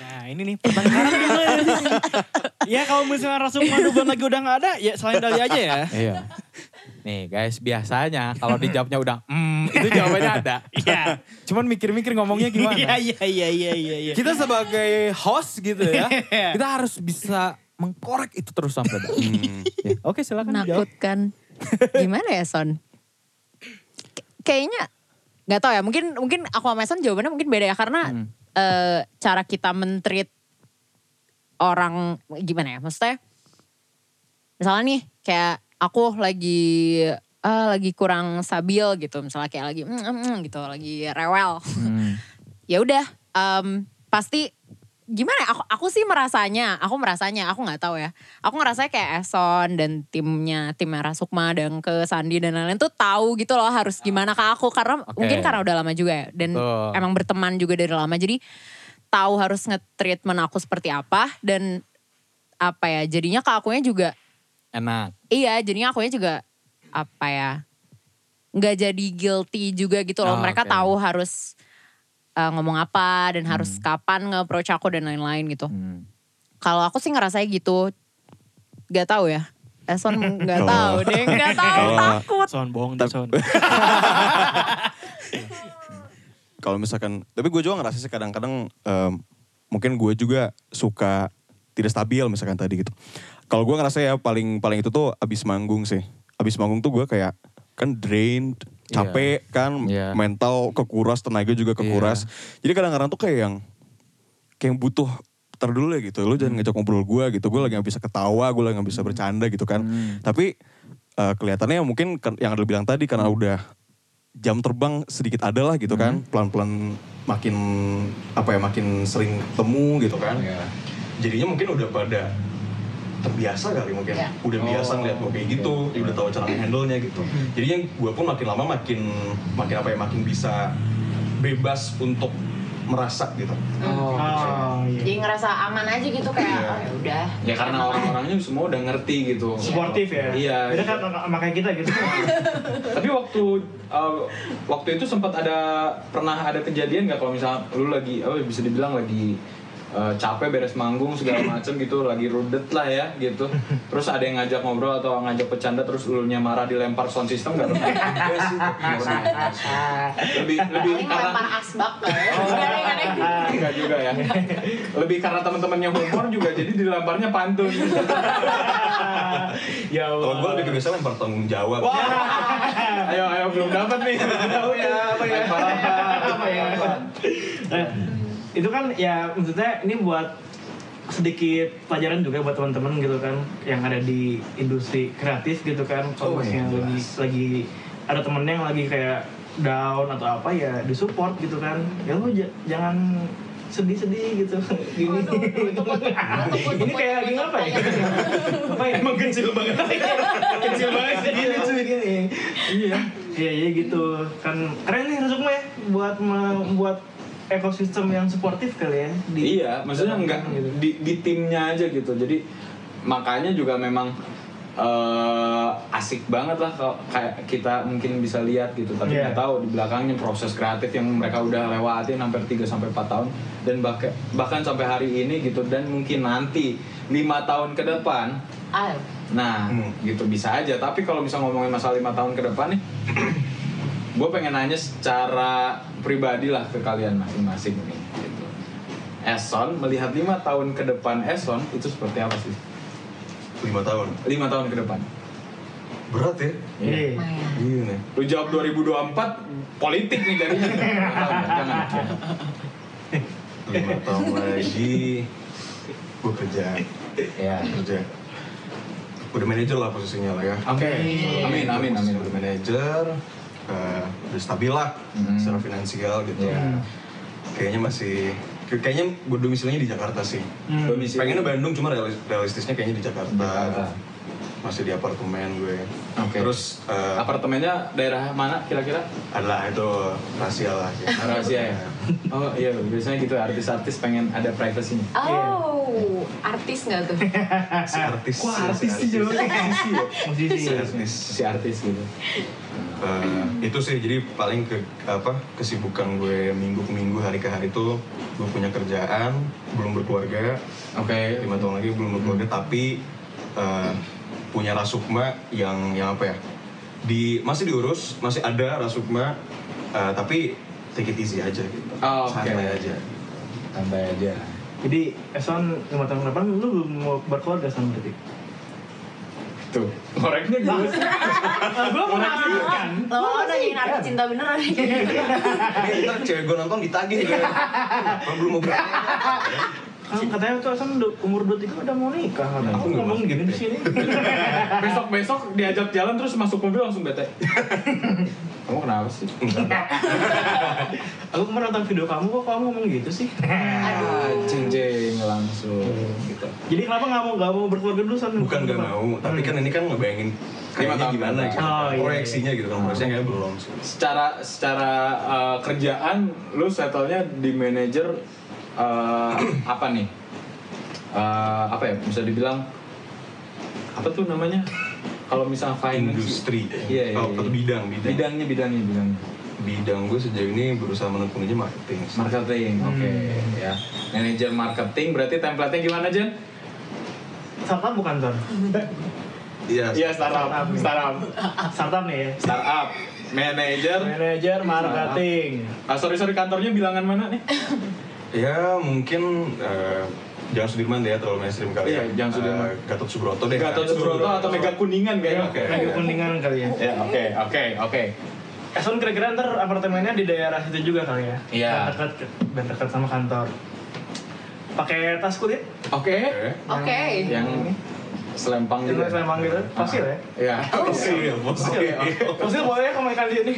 Speaker 1: Nah ini nih pertengkaran nih gue. <laughs> ya kalau misalnya rasuk maduban lagi udah gak ada, ya selain Dali aja ya.
Speaker 6: Iya. Nih guys, biasanya kalau dijawabnya udah mm, itu jawabannya ada.
Speaker 1: Iya.
Speaker 6: Cuman mikir-mikir ngomongnya
Speaker 1: Iya,
Speaker 6: gimana.
Speaker 1: iya, iya, iya, iya. iya.
Speaker 6: Kita sebagai host gitu ya, kita harus bisa mengkorek itu terus sampai. Hmm. Ya, Oke, silakan
Speaker 2: kan
Speaker 6: dijawab.
Speaker 3: Menakutkan. kan. Gimana ya Son? K- kayaknya nggak tahu ya. Mungkin mungkin aku sama Son jawabannya mungkin beda ya karena eh, cara kita mentreat orang gimana ya? Maksudnya misalnya nih kayak aku lagi eh, lagi kurang stabil gitu. Misalnya kayak lagi mm, mm, mm, gitu, lagi rewel. <laughs>
Speaker 6: Hmm.
Speaker 3: ya udah em, pasti gimana ya, aku aku sih merasanya aku merasanya aku nggak tahu ya aku ngerasanya kayak Eson dan timnya timnya Rasukma dan ke Sandi dan lain-lain tuh tahu gitu loh harus gimana ke aku karena
Speaker 6: Oke.
Speaker 3: mungkin karena udah lama juga ya dan
Speaker 6: Betul.
Speaker 3: emang berteman juga dari lama jadi tahu harus nge-treatment aku seperti apa dan apa ya jadinya ke akunya juga
Speaker 6: Enak.
Speaker 3: Iya, jadinya akunya juga apa ya? nggak jadi guilty juga gitu
Speaker 6: Oh,
Speaker 3: loh. Mereka
Speaker 6: oke.
Speaker 3: tahu harus uh, ngomong apa dan harus kapan nge-approach aku dan lain-lain gitu.
Speaker 6: Hmm.
Speaker 3: Kalau aku sih ngerasanya gitu. Gak tahu ya. Eson nggak
Speaker 4: Kalau-
Speaker 3: tahu deh, nggak tahu
Speaker 4: Kalau-
Speaker 3: takut.
Speaker 1: Son bohong deh Son.
Speaker 4: kalau misalkan tapi gue juga ngerasa sih kadang-kadang em, mungkin gue juga suka tidak stabil misalkan tadi gitu kalau gue ngerasa ya paling paling itu tuh abis manggung sih abis manggung tuh gue kayak kan drained capek kan
Speaker 6: Iya.
Speaker 4: mental kekuras tenaga juga kekuras jadi kadang-kadang tuh kayak yang kayak yang butuh ntar dulu ya gitu lu jangan ngajak ngobrol gue gitu gue lagi nggak bisa ketawa gue lagi nggak bisa bercanda gitu kan tapi eh, kelihatannya mungkin ken- yang ada bilang tadi karena udah jam terbang sedikit ada lah gitu kan pelan-pelan makin apa ya makin sering ketemu gitu kan
Speaker 2: Iya.
Speaker 4: jadinya mungkin udah pada terbiasa kali mungkin
Speaker 3: Ya.
Speaker 4: udah biasa ngeliat gue kayak gitu ya udah tahu cara handle nya gitu jadi yang gue pun makin lama makin makin apa ya makin bisa bebas untuk merasa gitu
Speaker 1: Oh, iya.
Speaker 3: ngerasa aman aja gitu kayak oh ya udah.
Speaker 2: Ya karena orang-orangnya semua udah ngerti gitu.
Speaker 1: Sportif ya.
Speaker 2: Iya.
Speaker 1: Beda kan sama kayak kita gitu.
Speaker 2: Tapi waktu uh, waktu itu sempat ada pernah ada kejadian nggak kalau misalnya lu lagi oh, bisa dibilang lagi uh, capek beres manggung segala macem gitu lagi rudet lah ya gitu. Terus ada yang ngajak ngobrol atau ngajak bercanda terus ulunya marah dilempar sound system nggak pernah. Iya sih, nggak pernah. lebih lebih karena
Speaker 3: asbak lah.
Speaker 2: Enggak juga ya. Lebih karena teman-temannya humor juga jadi dilemparnya pantun.
Speaker 1: <laughs> ya
Speaker 4: kalau gue lebih kebiasaan lempar tanggung jawab
Speaker 2: ayo ayo <laughs> belum dapat nih. Tahu ya apa ya? Apa ya?
Speaker 1: Eh, itu kan ya maksudnya ini buat sedikit pelajaran juga buat teman-teman gitu kan yang ada di industri kreatif gitu kan kalau misalnya lagi lagi ada temennya yang lagi kayak down atau apa ya disupport gitu kan ya lu ja- jangan sedih-sedih gitu <laughs> gini ini kayak lagi ngapain apa ya emang kecil banget kecil banget jadi lucu gini iya iya iya gitu kan keren nih Rasukma ya buat membuat ekosistem yang suportif kali ya di-
Speaker 2: Iya, maksudnya enggak di, di timnya aja gitu. Jadi makanya juga memang eh, asik banget lah kalau kayak kita mungkin bisa lihat gitu. Tapi
Speaker 1: Iya.
Speaker 2: nggak tahu di belakangnya proses kreatif yang mereka udah lewatin hampir 3 sampai 4 tahun dan bahkan bahkan sampai hari ini gitu dan mungkin nanti lima tahun ke depan Nah, gitu bisa aja. Tapi kalau bisa ngomongin masalah lima tahun ke depan nih, <clears throat> gue pengen nanya secara pribadi lah ke kalian masing-masing nih. Gitu. Eson melihat lima tahun ke depan Eson itu seperti apa sih?
Speaker 4: lima tahun.
Speaker 2: Lima tahun ke depan.
Speaker 4: Berat ya?
Speaker 1: Iya.
Speaker 7: Lumayan.
Speaker 4: Iya nih.
Speaker 2: Lu jawab 2024 politik nih jadinya. Jangan, jangan.
Speaker 4: Lima
Speaker 2: <laughs>
Speaker 4: tahun lagi gue kerja,
Speaker 2: Ya.
Speaker 4: kerja. Udah manajer lah posisinya lah ya.
Speaker 2: Oke. Amin, amin, amin.
Speaker 4: Udah manajer, eh, udah stabil lah
Speaker 2: Mhm.
Speaker 4: secara finansial gitu.
Speaker 2: Iya.
Speaker 4: Kayaknya masih kayak- kayaknya domisilinya di Jakarta sih.
Speaker 1: Hmm.
Speaker 2: Domisili.
Speaker 4: Pengennya Bandung cuma realis- realistisnya kayaknya di Jakarta.
Speaker 2: Jakarta.
Speaker 4: Masih di apartemen gue.
Speaker 2: Oke.
Speaker 4: Terus eh,
Speaker 2: Apartemennya daerah mana kira-kira?
Speaker 4: adalah itu rahasia lah. ya.
Speaker 2: Rahasia ya. Oh iya, biasanya gitu artis-artis pengen ada privasinya.
Speaker 8: Oh, artis nggak tuh?
Speaker 4: Si artis.
Speaker 2: Eh, Wah,
Speaker 4: si
Speaker 2: artis sih
Speaker 1: Iya.
Speaker 2: jawabnya artis ya.
Speaker 1: Musisi.
Speaker 4: Artis.
Speaker 2: Si artis gitu.
Speaker 4: Eh, itu sih jadi paling ke apa kesibukan gue minggu ke minggu hari ke hari itu gue punya kerjaan belum berkeluarga
Speaker 2: Oke.
Speaker 4: lima tahun lagi belum berkeluarga
Speaker 2: Hmm.
Speaker 4: tapi eh, punya rasukma yang yang apa ya di masih diurus masih ada rasukma eh, tapi take it easy aja gitu
Speaker 2: Oh, oke.
Speaker 4: santai aja
Speaker 2: Santai aja.
Speaker 1: Jadi Eson lima tahun ke depan lu belum mau berkeluarga sama berarti?
Speaker 2: Tuh, koreknya gitu.
Speaker 1: Gue mau nafikan.
Speaker 8: Lama lama nanyain artis cinta beneran.
Speaker 3: Iya.
Speaker 4: Ini ntar cewek gue nonton ditagih gue Kenapa belum mau berani
Speaker 1: Kan katanya tuh Eson du- umur 23 udah mau nikah. Aku
Speaker 4: nggak
Speaker 1: ngomong
Speaker 4: masuk
Speaker 1: gini di
Speaker 4: gitu
Speaker 1: sini.
Speaker 2: <laughs> Besok-besok diajak jalan terus masuk mobil langsung bete. <laughs> Kamu kenapa sih?
Speaker 1: <laughs> Aku kemarin nonton video kamu kok kamu ngomong gitu sih.
Speaker 2: Ah, ceng ceng langsung gitu.
Speaker 1: Jadi kenapa nggak mau nggak mau berkeluarga dulu Son? Hmm.
Speaker 4: bukan gak mau tapi kan ini kan ngebayangin kayaknya
Speaker 2: tahun
Speaker 4: gimana
Speaker 2: ke
Speaker 4: gitu
Speaker 1: depan. Oh, iya,
Speaker 4: proyeksinya gitu kan proyeksinya kayak belum sih
Speaker 2: Secara secara eh, kerjaan lu settlenya di manajer eh, apa nih? Eh, apa ya bisa dibilang apa tuh namanya? Kalau misalnya finance
Speaker 4: industri
Speaker 2: Iya, iya,
Speaker 4: Oh,
Speaker 2: iya.
Speaker 4: bidang bidang bidang
Speaker 2: Bidangnya bidangnya bidangnya.
Speaker 4: gue sejauh ini berusaha menekuninya marketing sih.
Speaker 2: Marketing, oke ya. Manajer marketing berarti template-nya gimana Jen?
Speaker 1: Startup bukan Son?
Speaker 4: iya
Speaker 2: Iya startup, startup,
Speaker 1: Startup nih ya.
Speaker 2: startup. Manajer.
Speaker 1: Manajer marketing.
Speaker 2: Ah sorry sorry kantornya bilangan mana nih?
Speaker 4: ya mungkin eh, jangan Sudirman deh ya terlalu mainstream kali
Speaker 2: Iya,
Speaker 4: ya
Speaker 2: Jangan Sudirman.
Speaker 4: Eh, Gatot Subroto deh
Speaker 2: Gatot Subroto atau Mega Kuningan kayaknya.
Speaker 4: Oke.
Speaker 1: Mega kuningan kali ya.
Speaker 2: Ya oke oke oke.
Speaker 1: Eson kira-kira ntar apartemennya di daerah situ juga kali ya?
Speaker 2: Iya.
Speaker 1: Dekat, dekat sama kantor. Pakai tas kulit?
Speaker 2: Oke.
Speaker 8: Oke.
Speaker 2: Yang selempang gitu.
Speaker 1: Yang selempang gitu, fosil ya?
Speaker 2: Iya.
Speaker 4: Fosil, fosil.
Speaker 1: Fosil boleh ya kemakan di ini.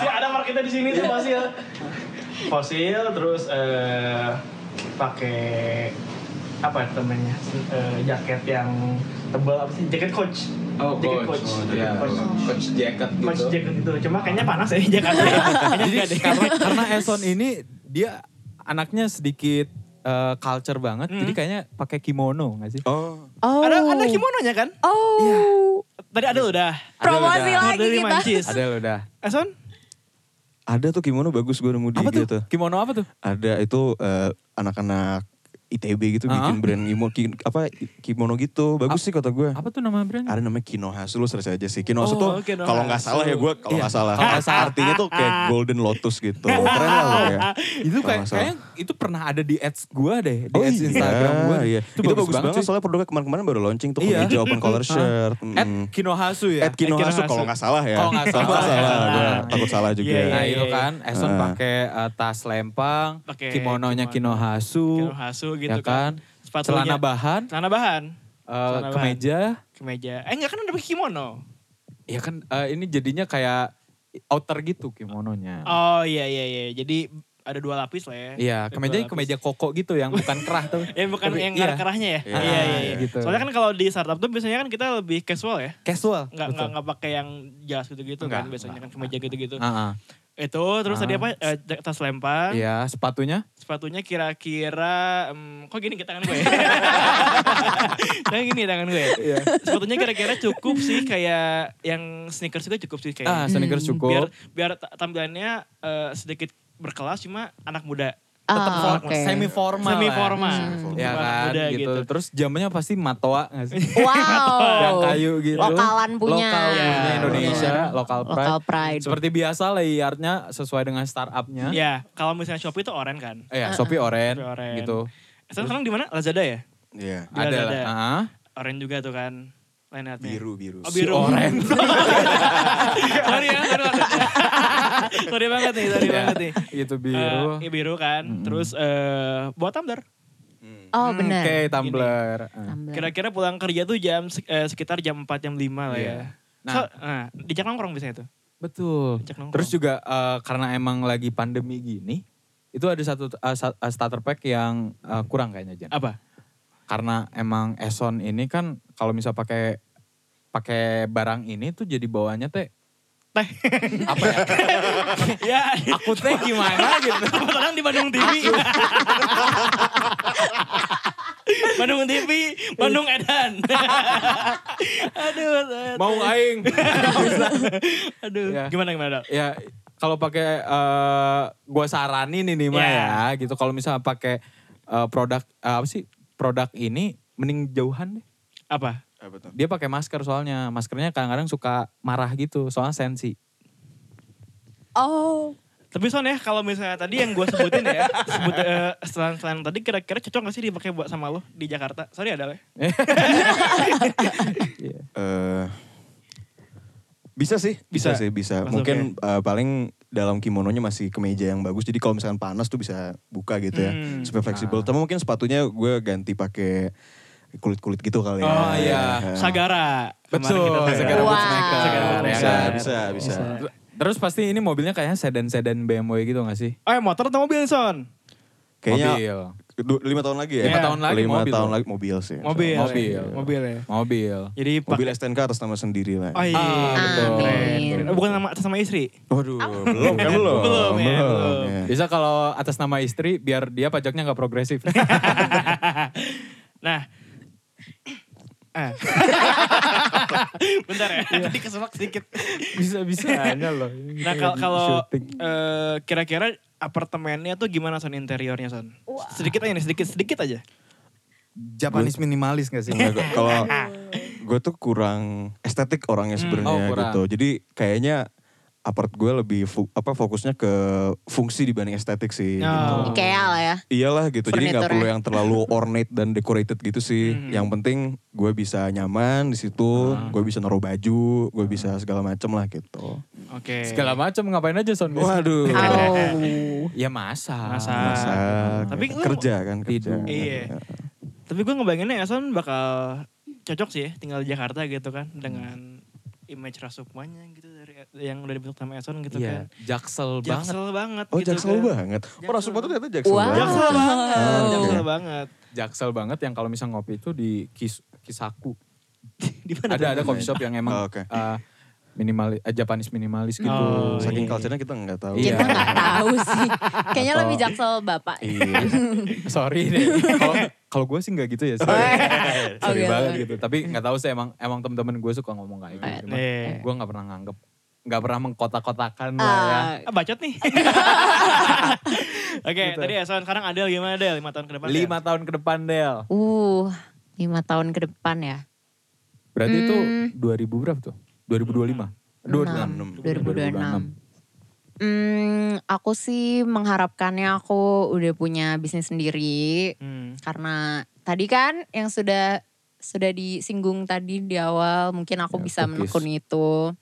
Speaker 1: si ada marketnya di sini tuh fosil. Fosil terus eh pakai apa ya namanya eh, jaket yang tebal apa sih jaket coach
Speaker 2: Oh
Speaker 1: jaket
Speaker 2: coach.
Speaker 1: coach,
Speaker 2: Iya,
Speaker 1: Jaket coach.
Speaker 2: coach jacket gitu.
Speaker 1: Coach
Speaker 2: <laughs>
Speaker 1: jaket itu cuma kayaknya panas
Speaker 9: <laughs>
Speaker 1: ya jaketnya
Speaker 3: Jadi karena, karena Eson ini dia anaknya sedikit eh, culture banget. Jadi kayaknya pakai kimono gak sih?
Speaker 10: Oh,
Speaker 7: Oh.
Speaker 9: Ada ada kimononya kan?
Speaker 7: Oh.
Speaker 9: Tadi ada udah.
Speaker 7: Promosi
Speaker 3: Ada
Speaker 7: lagi
Speaker 9: Dari
Speaker 7: kita.
Speaker 9: Mancis.
Speaker 3: Ada loh dah.
Speaker 9: Eson?
Speaker 10: ada tuh kimono bagus gue nemu di
Speaker 3: Apa
Speaker 10: IG
Speaker 3: tuh?
Speaker 10: tuh.
Speaker 3: Kimono apa tuh?
Speaker 10: Ada itu eh, anak-anak ITB gitu bikin
Speaker 3: Ah.
Speaker 10: brand imo, ki- apa kimono gitu. Bagus sih kata gue.
Speaker 3: Apa tuh nama brand?
Speaker 10: Ada namanya Kinohasu lu search aja sih. Kinohasu
Speaker 9: Oh,
Speaker 10: tuh
Speaker 9: Kinohasu.
Speaker 10: kalau nggak salah ya gue kalau nggak salah.
Speaker 3: Iya. Kalau nggak salah.
Speaker 10: Artinya tuh
Speaker 3: <laughs>
Speaker 10: kayak Golden Lotus gitu. Keren lah lo ya.
Speaker 3: Itu
Speaker 10: Kalau
Speaker 3: kayak,
Speaker 10: nggak salah.
Speaker 3: kayaknya itu pernah ada di ads gue deh. Di
Speaker 10: Oh
Speaker 3: ads
Speaker 10: iya,
Speaker 3: Instagram gue.
Speaker 10: Iya. Itu, bagus, banget,
Speaker 3: sih.
Speaker 10: soalnya produknya kemarin-kemarin baru launching tuh
Speaker 3: Iya.
Speaker 10: kemeja open
Speaker 3: <laughs>
Speaker 10: collar
Speaker 3: Ah.
Speaker 10: shirt.
Speaker 3: At
Speaker 10: Mm.
Speaker 3: Kinohasu ya?
Speaker 10: At Kinohasu kalau nggak salah ya.
Speaker 3: Kalau nggak salah.
Speaker 10: Kalau gue
Speaker 3: Ah. <laughs>
Speaker 10: takut salah juga. ya.
Speaker 9: Iya,
Speaker 3: Nah
Speaker 9: iya,
Speaker 3: itu
Speaker 9: iya.
Speaker 3: kan, Eson
Speaker 10: Ah.
Speaker 3: pakai eh, tas lempang,
Speaker 9: Pakai
Speaker 3: kimononya
Speaker 9: kimono.
Speaker 3: Kinohasu,
Speaker 9: Kinohasu gitu
Speaker 3: ya kan,
Speaker 9: Sepatunya.
Speaker 3: celana bahan,
Speaker 9: Celana bahan.
Speaker 3: eh,
Speaker 9: Celana bahan.
Speaker 3: kemeja,
Speaker 9: Kemeja. Eh enggak kan ada pakai kimono.
Speaker 3: Ya kan eh, ini jadinya kayak outer gitu kimononya.
Speaker 9: Oh iya iya iya. Jadi ada dua lapis lah ya.
Speaker 3: Iya,
Speaker 9: Ada
Speaker 3: kemeja
Speaker 9: dua lapis.
Speaker 3: kemeja koko gitu
Speaker 9: <laughs>
Speaker 3: yang bukan kerah tuh.
Speaker 9: Ya bukan
Speaker 3: Tapi
Speaker 9: yang
Speaker 3: iya,
Speaker 9: kerahnya ya.
Speaker 3: Iya.
Speaker 9: Iya iya. iya.
Speaker 3: Gitu.
Speaker 9: Soalnya kan kalau di startup tuh biasanya kan kita lebih casual ya.
Speaker 3: casual.
Speaker 9: Nggak
Speaker 3: betul.
Speaker 9: nggak nggak pakai yang jas gitu-gitu kan
Speaker 3: Nggak,
Speaker 9: biasanya kan kemeja gitu-gitu.
Speaker 3: Ah, ah.
Speaker 9: Itu terus tadi
Speaker 3: Ah.
Speaker 9: apa eh, jak- tas lempang.
Speaker 3: Iya, sepatunya.
Speaker 9: Sepatunya kira-kira em, kok gini ke tangan
Speaker 3: <laughs>
Speaker 9: gue ya? tangan gini tangan gue. ya?
Speaker 3: Iya.
Speaker 9: Sepatunya kira-kira cukup sih kayak yang sneakers itu cukup sih
Speaker 3: Ah,
Speaker 9: kayak.
Speaker 3: sneakers
Speaker 9: biar
Speaker 3: cukup.
Speaker 9: biar ta- tampilannya eh, sedikit berkelas cuma anak muda
Speaker 3: tetap
Speaker 7: Ah,
Speaker 3: for-
Speaker 7: oke.
Speaker 3: semi formal.
Speaker 9: semi
Speaker 3: lah.
Speaker 9: formal.
Speaker 3: Ya
Speaker 9: Anak
Speaker 3: kan,
Speaker 9: muda
Speaker 3: gitu. Terus jamnya pasti matoa nggak sih? <laughs> yang
Speaker 7: Wow.
Speaker 3: kayu gitu.
Speaker 7: Lokalan punya.
Speaker 3: Lokal punya
Speaker 9: Iya,
Speaker 3: Indonesia, lokal pride.
Speaker 7: Local pride.
Speaker 3: Seperti biasa layarnya sesuai dengan startupnya. Iya,
Speaker 9: Ya, kalau misalnya Shopee itu oren kan.
Speaker 3: Shopee Oren
Speaker 9: Shopee Oren.
Speaker 3: gitu.
Speaker 9: Sekarang sekarang di mana? Lazada ya?
Speaker 10: Iya.
Speaker 9: Di
Speaker 3: Ada lah.
Speaker 9: Lazada.
Speaker 3: ah.
Speaker 9: Eh
Speaker 1: Oren juga tuh kan. Line artnya.
Speaker 4: Biru, biru.
Speaker 1: Oh biru.
Speaker 2: Oren.
Speaker 1: <laughs> sorry ya, sorry banget. <laughs> sorry banget nih, sorry
Speaker 2: Iya,
Speaker 1: banget
Speaker 3: ya.
Speaker 1: nih.
Speaker 2: Itu
Speaker 3: Gitu,
Speaker 2: biru.
Speaker 1: Eh, iya, biru kan. Terus eh buat tumbler.
Speaker 3: Oh
Speaker 2: Hmm,
Speaker 3: benar.
Speaker 2: Oke, tumbler. Eh.
Speaker 3: Tumbler.
Speaker 1: Kira-kira pulang kerja tuh jam sek- eh, sekitar jam 4 jam 5 lah
Speaker 2: Iya.
Speaker 1: ya. Nah, so, nah dijak nongkrong biasanya tuh.
Speaker 2: Betul.
Speaker 1: Ajak nongkrong.
Speaker 2: Terus juga eh, karena emang lagi pandemi gini, itu ada satu eh, sa- eh, starter pack yang eh, kurang kayaknya Jan.
Speaker 1: Apa?
Speaker 2: Karena emang Eson ini kan kalau misal pakai pakai barang ini tuh jadi bawaannya teh
Speaker 1: Teh.
Speaker 2: apa ya?
Speaker 1: <laughs> ya,
Speaker 2: Aku teh
Speaker 1: <laughs>
Speaker 2: gimana gitu.
Speaker 1: kebetulan di Bandung TV. <laughs> Bandung TV, Bandung Edan. <laughs> Aduh, eh,
Speaker 2: Mau aing.
Speaker 1: aduh.
Speaker 2: Ya.
Speaker 1: Gimana gimana? Dok?
Speaker 2: ya kalau pakai eh gua saranin ini mah ya
Speaker 1: Ya.
Speaker 2: gitu kalau misalnya pakai eh, produk eh, apa sih produk ini mending jauhan deh.
Speaker 1: Apa?
Speaker 4: Apa tuh?
Speaker 2: Dia pakai masker soalnya. Maskernya kadang-kadang suka marah gitu soalnya sensi.
Speaker 3: Oh.
Speaker 1: Tapi soalnya kalau misalnya tadi yang gue sebutin ya, sebut eh, selain-selain tadi kira-kira cocok gak sih dipakai buat sama lo ya? di Jakarta? Sorry ada lah.
Speaker 2: Iya.
Speaker 4: Eh, bisa sih, bisa,
Speaker 1: Bisa.
Speaker 4: sih, bisa.
Speaker 1: Masuk,
Speaker 4: Mungkin eh, paling dalam kimononya masih kemeja yang bagus. Jadi kalau misalkan panas tuh bisa buka gitu ya.
Speaker 1: Hmm.
Speaker 4: Supaya fleksibel. Tapi mungkin sepatunya gue ganti pakai kulit-kulit gitu kali ya.
Speaker 2: Oh, iya.
Speaker 4: Eh,
Speaker 1: Sagara. Kemarin
Speaker 2: Betul,
Speaker 1: kita-
Speaker 2: segala
Speaker 3: Wow.
Speaker 2: bootmaker,
Speaker 1: Segala
Speaker 2: ya
Speaker 1: bootmaker.
Speaker 4: Bisa,
Speaker 2: kan?
Speaker 4: bisa, bisa.
Speaker 2: Terus pasti ini mobilnya kayaknya sedan-sedan BMW gitu gak sih?
Speaker 1: Oh, motor atau mobil, Son?
Speaker 4: Kayaknya
Speaker 2: mobil.
Speaker 4: du- lima tahun lagi ya.
Speaker 2: Lima tahun lagi,
Speaker 4: Lima
Speaker 2: mobil.
Speaker 4: tahun lagi mobil sih.
Speaker 1: Mobil.
Speaker 2: Mobil.
Speaker 1: Mobil ya.
Speaker 2: Mobil.
Speaker 1: Jadi pak-
Speaker 4: Mobil STNK atas nama sendiri lah.
Speaker 1: Oh iya.
Speaker 2: Ah,
Speaker 3: betul.
Speaker 1: Keren.
Speaker 3: Amin.
Speaker 1: Bukan sama atas sama istri.
Speaker 4: Waduh, belum kan belum.
Speaker 1: Belum ya, belum.
Speaker 4: ya.
Speaker 2: Bisa kalau atas nama istri biar dia pajaknya gak progresif.
Speaker 1: <laughs> Nah. Ah. <laughs> Bentar ya. Tadi kesemak sedikit.
Speaker 2: Bisa-bisanya loh.
Speaker 1: Nah kal-
Speaker 4: Iya,
Speaker 1: kalau eh, kira-kira apartemennya tuh gimana son interiornya son? Sedikit aja nih, sedikit sedikit aja.
Speaker 2: Japanese minimalis gak sih?
Speaker 4: Enggak, gua-
Speaker 1: <laughs>
Speaker 4: kalau gue tuh kurang estetik orangnya
Speaker 1: Hmm.
Speaker 4: sebenarnya
Speaker 2: Oh, kurang.
Speaker 4: gitu. Jadi kayaknya apart gue lebih fu- apa fokusnya ke fungsi dibanding estetik sih. gitu.
Speaker 1: Oh.
Speaker 3: Ikea lah ya.
Speaker 4: Iyalah gitu. Jadi
Speaker 3: Furniture-nya.
Speaker 4: nggak perlu yang terlalu ornate dan decorated gitu sih.
Speaker 1: Hmm.
Speaker 4: Yang penting gue bisa nyaman di situ, gue bisa naruh baju, gue bisa segala macem lah gitu.
Speaker 1: Oke.
Speaker 2: Segala macam ngapain aja Son? biasanya?
Speaker 4: Waduh.
Speaker 3: Oh.
Speaker 2: Ya masa.
Speaker 1: Masak.
Speaker 4: Masak.
Speaker 1: Tapi lu-
Speaker 4: kerja kan kerja.
Speaker 2: Tidur.
Speaker 1: Iya. Tapi gue ngebayanginnya ya, Son bakal cocok sih ya, tinggal di Jakarta gitu kan
Speaker 4: Hmm.
Speaker 1: dengan image rasukmanya gitu dari yang udah dibentuk sama Eson gitu
Speaker 2: Iya,
Speaker 1: kan.
Speaker 2: jaksel banget.
Speaker 1: Jaksel banget
Speaker 4: Oh
Speaker 1: gitu
Speaker 4: jaksel
Speaker 1: kan.
Speaker 4: banget. Orang Sumpah tuh ternyata jaksel
Speaker 3: Wow.
Speaker 4: banget.
Speaker 1: Jaksel banget.
Speaker 4: Ah, oke.
Speaker 1: Jaksel banget. <laughs>
Speaker 2: Jaksel banget yang kalau misal ngopi itu di Kis- Kisaku.
Speaker 1: Di mana? tuh?
Speaker 2: Ada ada coffee shop yang emang
Speaker 4: Oh, oke.
Speaker 2: eh, minimalis, eh, Japanese minimalis gitu.
Speaker 1: Oh, iya.
Speaker 4: Saking culture-nya kita nggak tahu. ya,
Speaker 2: Iya.
Speaker 3: Kita nggak tahu sih. Kayaknya
Speaker 2: Atau-
Speaker 3: lebih jaksel bapak.
Speaker 4: Iya.
Speaker 2: <laughs> Sorry deh. Kalau kalau gue sih nggak gitu ya. Sorry, sorry
Speaker 3: Oke,
Speaker 2: banget
Speaker 3: sorry.
Speaker 2: gitu. Tapi nggak tahu sih emang emang temen-temen gue suka ngomong kayak gitu. Cuma
Speaker 1: Iya.
Speaker 2: gue nggak pernah nganggep, nggak pernah mengkotak-kotakan lah ya.
Speaker 3: Ah,
Speaker 1: Ah, bacot <laughs> nih. Oke, tadi Eson sekarang Adel gimana Adel 5 tahun ya? ke depan?
Speaker 2: Lima tahun ke depan Del.
Speaker 3: uh, lima tahun ke depan ya.
Speaker 2: Berarti itu
Speaker 3: Hmm.
Speaker 2: 2000 berapa tuh? 2025.
Speaker 3: 2026. 2026. Hmm, aku sih mengharapkannya aku udah punya bisnis sendiri
Speaker 1: Hmm.
Speaker 3: karena tadi kan yang sudah sudah disinggung tadi di awal mungkin aku
Speaker 2: Ya,
Speaker 3: bisa
Speaker 2: cookies.
Speaker 3: menekuni itu.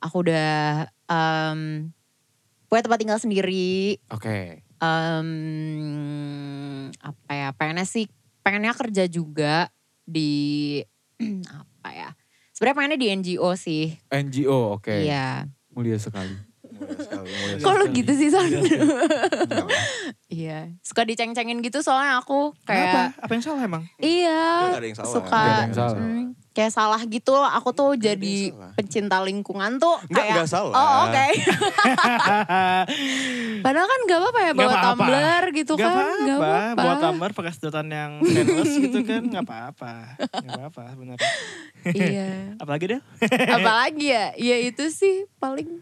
Speaker 3: Aku udah em, punya tempat tinggal sendiri.
Speaker 2: Oke.
Speaker 3: Em, apa ya pengennya sih pengennya kerja juga di <clears throat> apa ya sebenarnya pengennya di NGO sih
Speaker 2: NGO, oke.
Speaker 3: iya
Speaker 2: Mulia sekali.
Speaker 4: Iya.
Speaker 3: kok lu gitu sih Son <laughs> iya suka diceng-cengin gitu soalnya aku kayak
Speaker 1: Kenapa? Apa yang salah <laughs> emang?
Speaker 3: iya
Speaker 4: Nggak ada yang salah.
Speaker 3: suka
Speaker 2: Nggak ada yang salah.
Speaker 3: mm, kayak salah gitu loh, aku tuh
Speaker 4: ada yang
Speaker 3: jadi
Speaker 4: salah.
Speaker 3: pencinta lingkungan tuh
Speaker 4: Nggak,
Speaker 3: kayak
Speaker 4: nggak salah.
Speaker 3: oh oke padahal kan gak apa-apa ya
Speaker 1: Nggak
Speaker 3: bawa
Speaker 1: apa-apa.
Speaker 3: tumbler gitu
Speaker 1: Nggak
Speaker 3: kan Nggak
Speaker 1: apa-apa, bawa tumbler pakai sedotan yang stainless gitu kan nggak apa-apa. Nggak apa-apa benar.
Speaker 3: iya
Speaker 1: Apalagi Del?
Speaker 3: Apalagi ya, ya itu sih paling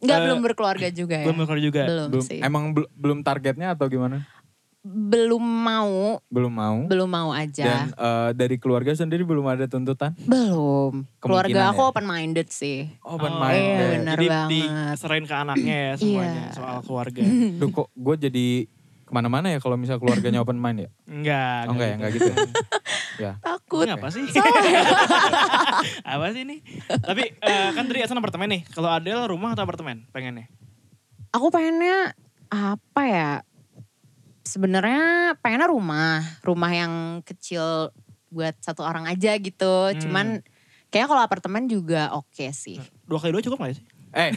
Speaker 3: nggak
Speaker 1: Eh,
Speaker 3: belum berkeluarga juga ya.
Speaker 1: Belum berkeluarga juga.
Speaker 3: Belum,
Speaker 2: Belum,
Speaker 3: sih.
Speaker 2: emang bel- belum targetnya atau gimana?
Speaker 3: belum mau,
Speaker 2: Belum mau.
Speaker 3: belum ya. mau
Speaker 2: Dan
Speaker 3: aja.
Speaker 2: eh, dari keluarga sendiri belum ada tuntutan?
Speaker 3: belum. Keluarga aku
Speaker 2: ya?
Speaker 3: open minded sih.
Speaker 2: Open
Speaker 1: Oh,
Speaker 2: minded.
Speaker 3: Iya, benar
Speaker 1: Jadi
Speaker 3: banget.
Speaker 1: diserahin ke anaknya ya semuanya
Speaker 3: <laughs> Iya.
Speaker 1: soal keluarga.
Speaker 2: Duh kok gue jadi kemana-mana ya kalau misal keluarganya open mind ya?
Speaker 1: Enggak.
Speaker 2: Oh, enggak ya, enggak gitu. ya? <laughs> ya.
Speaker 3: Takut.
Speaker 1: Ini apa
Speaker 3: <laughs>
Speaker 1: sih? <laughs> apa sih ini? Tapi eh, kan tadi Esan apartemen nih. Kalau Adel rumah atau apartemen pengennya?
Speaker 3: Aku pengennya apa ya? Sebenarnya pengennya rumah, rumah yang kecil buat satu orang aja gitu.
Speaker 1: Hmm.
Speaker 3: Cuman kayaknya kalau apartemen juga oke sih.
Speaker 1: Dua kali dua cukup gak sih?
Speaker 2: Eh,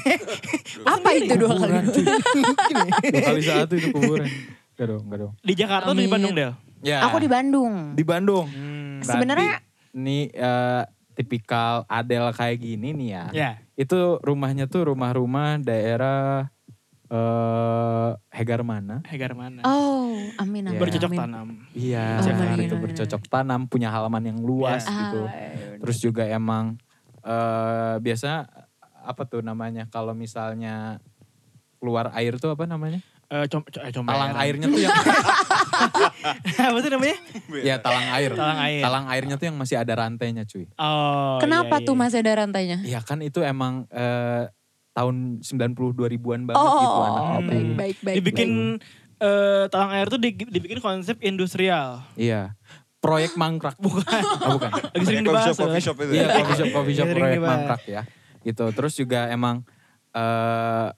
Speaker 3: Apa itu dua kali?
Speaker 2: kuburan, cuy.
Speaker 3: <laughs>
Speaker 2: dua kali satu itu kuburan. Enggak dong, enggak dong.
Speaker 1: Di Jakarta atau di
Speaker 3: Amin.
Speaker 1: Bandung Del?
Speaker 2: Ya.
Speaker 3: <laughs> Aku di Bandung.
Speaker 2: di Bandung.
Speaker 1: Hmm.
Speaker 2: Berarti
Speaker 3: Sebenarnya-
Speaker 2: ini eh, tipikal Adele kayak gini nih ya.
Speaker 1: Ya.
Speaker 2: Itu rumahnya tuh rumah-rumah daerah eh Hegar mana?
Speaker 1: Hegar mana?
Speaker 3: Oh, amin
Speaker 2: Ya.
Speaker 3: amin.
Speaker 1: Bercocok
Speaker 3: amin.
Speaker 1: tanam.
Speaker 2: Iya,
Speaker 3: Oh,
Speaker 2: Hegar
Speaker 3: iya,
Speaker 2: itu
Speaker 3: iya.
Speaker 2: bercocok tanam, punya halaman yang luas
Speaker 3: Ah,
Speaker 2: gitu.
Speaker 3: iya.
Speaker 2: Terus juga emang eh biasa apa tuh namanya kalau misalnya keluar air tuh apa namanya?
Speaker 1: Eh, com co- eh, comberan.
Speaker 2: Talang airnya tuh yang
Speaker 1: <laughs> apa sih namanya?
Speaker 2: ya talang air.
Speaker 1: Talang air.
Speaker 2: Talang airnya tuh yang masih ada rantainya, cuy.
Speaker 1: Oh.
Speaker 3: Kenapa
Speaker 1: iya,
Speaker 3: tuh
Speaker 1: iya.
Speaker 3: masih ada rantainya?
Speaker 2: Iya kan itu emang eh, tahun 90 2000-an banget gitu
Speaker 3: Oh,
Speaker 2: anaknya.
Speaker 1: Hmm.
Speaker 3: baik baik baik. baik.
Speaker 1: Dibikin eh, talang air tuh di- dibikin konsep
Speaker 3: <laughs>
Speaker 1: industrial.
Speaker 2: Iya. Proyek mangkrak. Bukan.
Speaker 3: Oh,
Speaker 2: bukan.
Speaker 1: <laughs> Lagi sering
Speaker 4: Coffee
Speaker 1: dibahas. kan?
Speaker 4: shop, coffee shop itu.
Speaker 2: Iya,
Speaker 4: ya.
Speaker 2: coffee shop, coffee shop
Speaker 1: Sering
Speaker 2: proyek
Speaker 1: dibahas.
Speaker 2: mangkrak ya. Gitu. Terus juga emang eh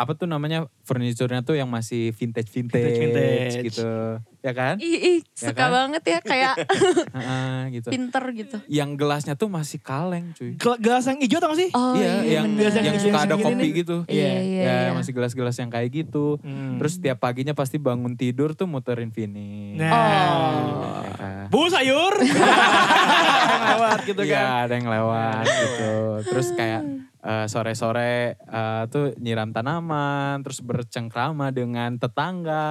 Speaker 2: apa tuh namanya furniturnya tuh yang masih vintage vintage,
Speaker 1: Vintage-vintage.
Speaker 2: gitu ya kan
Speaker 3: Ih, ih,
Speaker 2: Ya
Speaker 3: suka
Speaker 2: kan?
Speaker 3: banget ya
Speaker 2: <laughs>
Speaker 3: kayak
Speaker 2: Heeh, gitu
Speaker 3: pinter gitu.
Speaker 2: yang gelasnya tuh masih kaleng cuy
Speaker 1: Gel- Gelas yang hijau tau gak sih?
Speaker 3: Oh
Speaker 2: iya,
Speaker 3: iya
Speaker 2: yang
Speaker 3: bener.
Speaker 2: yang
Speaker 1: Biasa-
Speaker 2: suka
Speaker 1: biasa
Speaker 2: ada
Speaker 1: gini
Speaker 2: kopi
Speaker 1: nih.
Speaker 2: gitu.
Speaker 3: Iya, iya,
Speaker 2: Ya,
Speaker 3: iya.
Speaker 2: masih gelas-gelas yang kayak gitu.
Speaker 1: Hmm.
Speaker 2: Terus tiap paginya pasti bangun tidur tuh muterin Vini.
Speaker 1: Nah.
Speaker 3: Oh.
Speaker 2: Ya kan?
Speaker 1: Bu
Speaker 3: <laughs>
Speaker 1: sayur. Lewat gitu
Speaker 2: Iya,
Speaker 1: kan.
Speaker 2: ada yang lewat gitu. Terus kayak eh, sore-sore eh, tuh nyiram tanaman, terus bercengkrama dengan tetangga.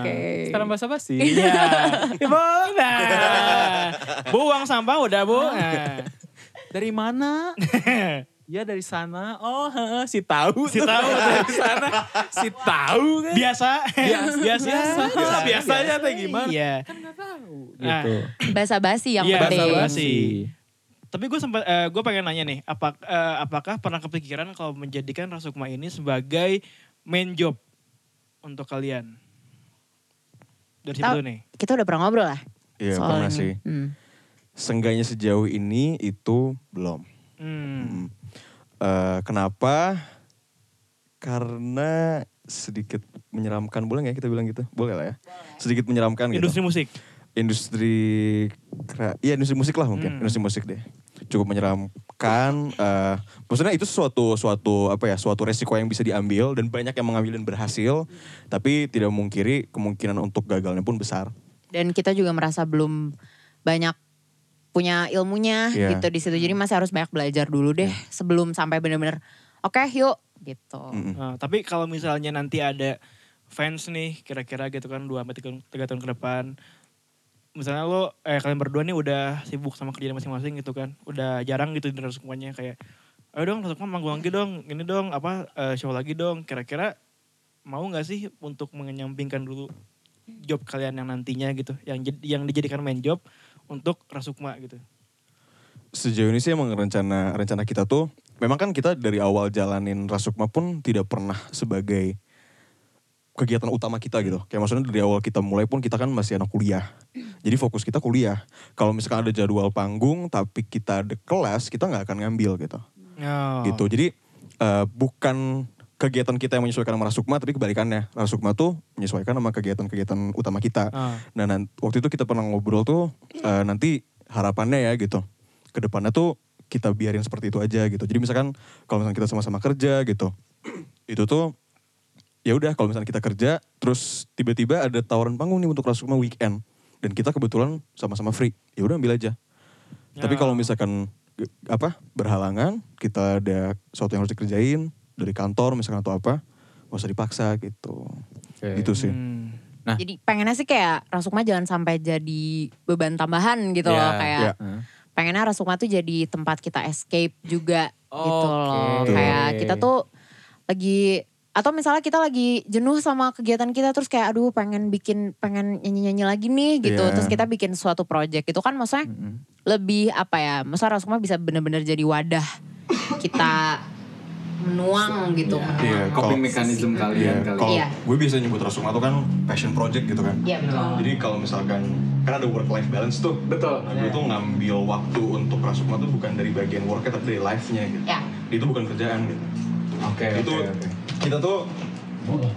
Speaker 3: Oke.
Speaker 2: Sekarang bahasa basi.
Speaker 1: Iya. Bu. Nah. Bu uang sampah udah
Speaker 3: Oh,
Speaker 1: bu.
Speaker 3: iya.
Speaker 1: Nah.
Speaker 2: Dari mana?
Speaker 1: <laughs>
Speaker 2: Ya dari sana. Oh, heeh, si tahu.
Speaker 1: Si
Speaker 2: tuh.
Speaker 1: tahu tuh.
Speaker 2: <laughs> dari sana. Si tahu kan.
Speaker 1: Biasa.
Speaker 2: Bias- biasa.
Speaker 1: Biasa.
Speaker 2: Biasanya tuh gimana?
Speaker 1: Iya. Nah,
Speaker 2: Gitu.
Speaker 3: Basa-basi yang
Speaker 1: Iya,
Speaker 3: penting.
Speaker 1: basa-basi. Tapi gue sempat, gue pengen nanya nih, apa, eh, apakah pernah kepikiran kalau menjadikan Rasukma ini sebagai main job untuk kalian? Dari situ
Speaker 3: Tau-
Speaker 1: dulu nih.
Speaker 3: Kita udah pernah ngobrol lah.
Speaker 4: Iya,
Speaker 3: soal
Speaker 4: pernah
Speaker 3: ini.
Speaker 4: sih.
Speaker 3: Hmm.
Speaker 4: Seenggaknya sejauh ini itu belum.
Speaker 1: Hmm.
Speaker 4: Eh, kenapa? Karena sedikit menyeramkan boleh nggak ya kita bilang gitu? Boleh lah ya. Sedikit menyeramkan gitu.
Speaker 1: Industri musik.
Speaker 4: industri kera- iya industri musik lah mungkin
Speaker 1: Hmm.
Speaker 4: industri musik deh cukup menyeramkan eh maksudnya itu suatu suatu apa ya suatu resiko yang bisa diambil dan banyak yang mengambil dan berhasil tapi tidak memungkiri kemungkinan untuk gagalnya pun besar
Speaker 3: Dan kita juga merasa belum banyak punya ilmunya
Speaker 4: Iya.
Speaker 3: gitu di situ. Jadi masih harus banyak belajar dulu deh sebelum sampai benar-benar oke yuk gitu.
Speaker 4: Mm-mm.
Speaker 1: Nah, tapi kalau misalnya nanti ada fans nih, kira-kira gitu kan 2 3 tahun ke depan. Misalnya lo, eh kalian berdua nih udah sibuk sama kerjaan masing-masing gitu kan. Udah jarang gitu di semuanya kayak, ayo dong Rasukma manggung lagi dong, ini dong, apa eh, show lagi dong. Kira-kira mau gak sih untuk menyampingkan dulu job kalian yang nantinya gitu. Yang, jad- yang dijadikan main job untuk Rasukma gitu.
Speaker 4: sejauh ini sih emang rencana rencana kita tuh memang kan kita dari awal jalanin Rasukma pun tidak pernah sebagai kegiatan utama kita gitu. Kayak maksudnya dari awal kita mulai pun kita kan masih anak kuliah. Jadi fokus kita kuliah. Kalau misalkan ada jadwal panggung tapi kita ada kelas, kita nggak akan ngambil gitu.
Speaker 1: Oh.
Speaker 4: Gitu. Jadi eh, bukan kegiatan kita yang menyesuaikan sama Rasukma tapi kebalikannya. Rasukma tuh menyesuaikan sama kegiatan-kegiatan utama kita.
Speaker 1: Ah.
Speaker 4: Nah, nan- waktu itu kita pernah ngobrol tuh eh, nanti harapannya ya gitu. Kedepannya tuh kita biarin seperti itu aja gitu. Jadi misalkan kalau misalkan kita sama-sama kerja gitu, itu tuh ya udah kalau misalkan kita kerja, terus tiba-tiba ada tawaran panggung nih untuk Rasukma weekend dan kita kebetulan sama-sama free, ya udah ambil aja. Tapi
Speaker 1: Ya.
Speaker 4: kalau misalkan ge- apa berhalangan, kita ada sesuatu yang harus dikerjain dari kantor misalkan atau apa, gak usah dipaksa gitu.
Speaker 2: Oke.
Speaker 4: Gitu sih.
Speaker 1: Hmm.
Speaker 2: Nah.
Speaker 3: Jadi pengennya sih kayak Rasukma jangan sampai jadi beban tambahan gitu
Speaker 2: Iya,
Speaker 3: loh kayak
Speaker 4: iya.
Speaker 2: Heeh.
Speaker 3: pengennya Rasukma tuh jadi tempat kita escape juga gitu loh.
Speaker 2: Oke.
Speaker 3: Kayak kita tuh lagi atau misalnya kita lagi jenuh sama kegiatan kita terus kayak aduh pengen bikin pengen nyanyi-nyanyi lagi nih gitu.
Speaker 4: Iya.
Speaker 3: Terus kita bikin suatu project itu kan maksudnya
Speaker 2: Mm-mm.
Speaker 3: lebih apa ya? Maksudnya Rasukma bisa bener-bener jadi wadah kita menuang gitu.
Speaker 11: Iya,
Speaker 3: menuang.
Speaker 12: Coping
Speaker 11: kalau-
Speaker 12: mekanisme kalian
Speaker 11: Iya,
Speaker 12: kali.
Speaker 11: kalau
Speaker 3: Iya.
Speaker 11: gue biasa nyebut rasukma tuh kan passion project gitu kan.
Speaker 3: Iya betul.
Speaker 11: Jadi kalau misalkan karena ada work life balance tuh,
Speaker 12: Betul.
Speaker 11: Nah, gue tuh
Speaker 3: Iya.
Speaker 11: ngambil waktu untuk rasukma tuh bukan dari bagian worknya tapi dari life-nya gitu.
Speaker 3: Ya.
Speaker 11: Itu bukan kerjaan gitu.
Speaker 12: Oke,
Speaker 11: itu
Speaker 12: oke, oke.
Speaker 11: kita tuh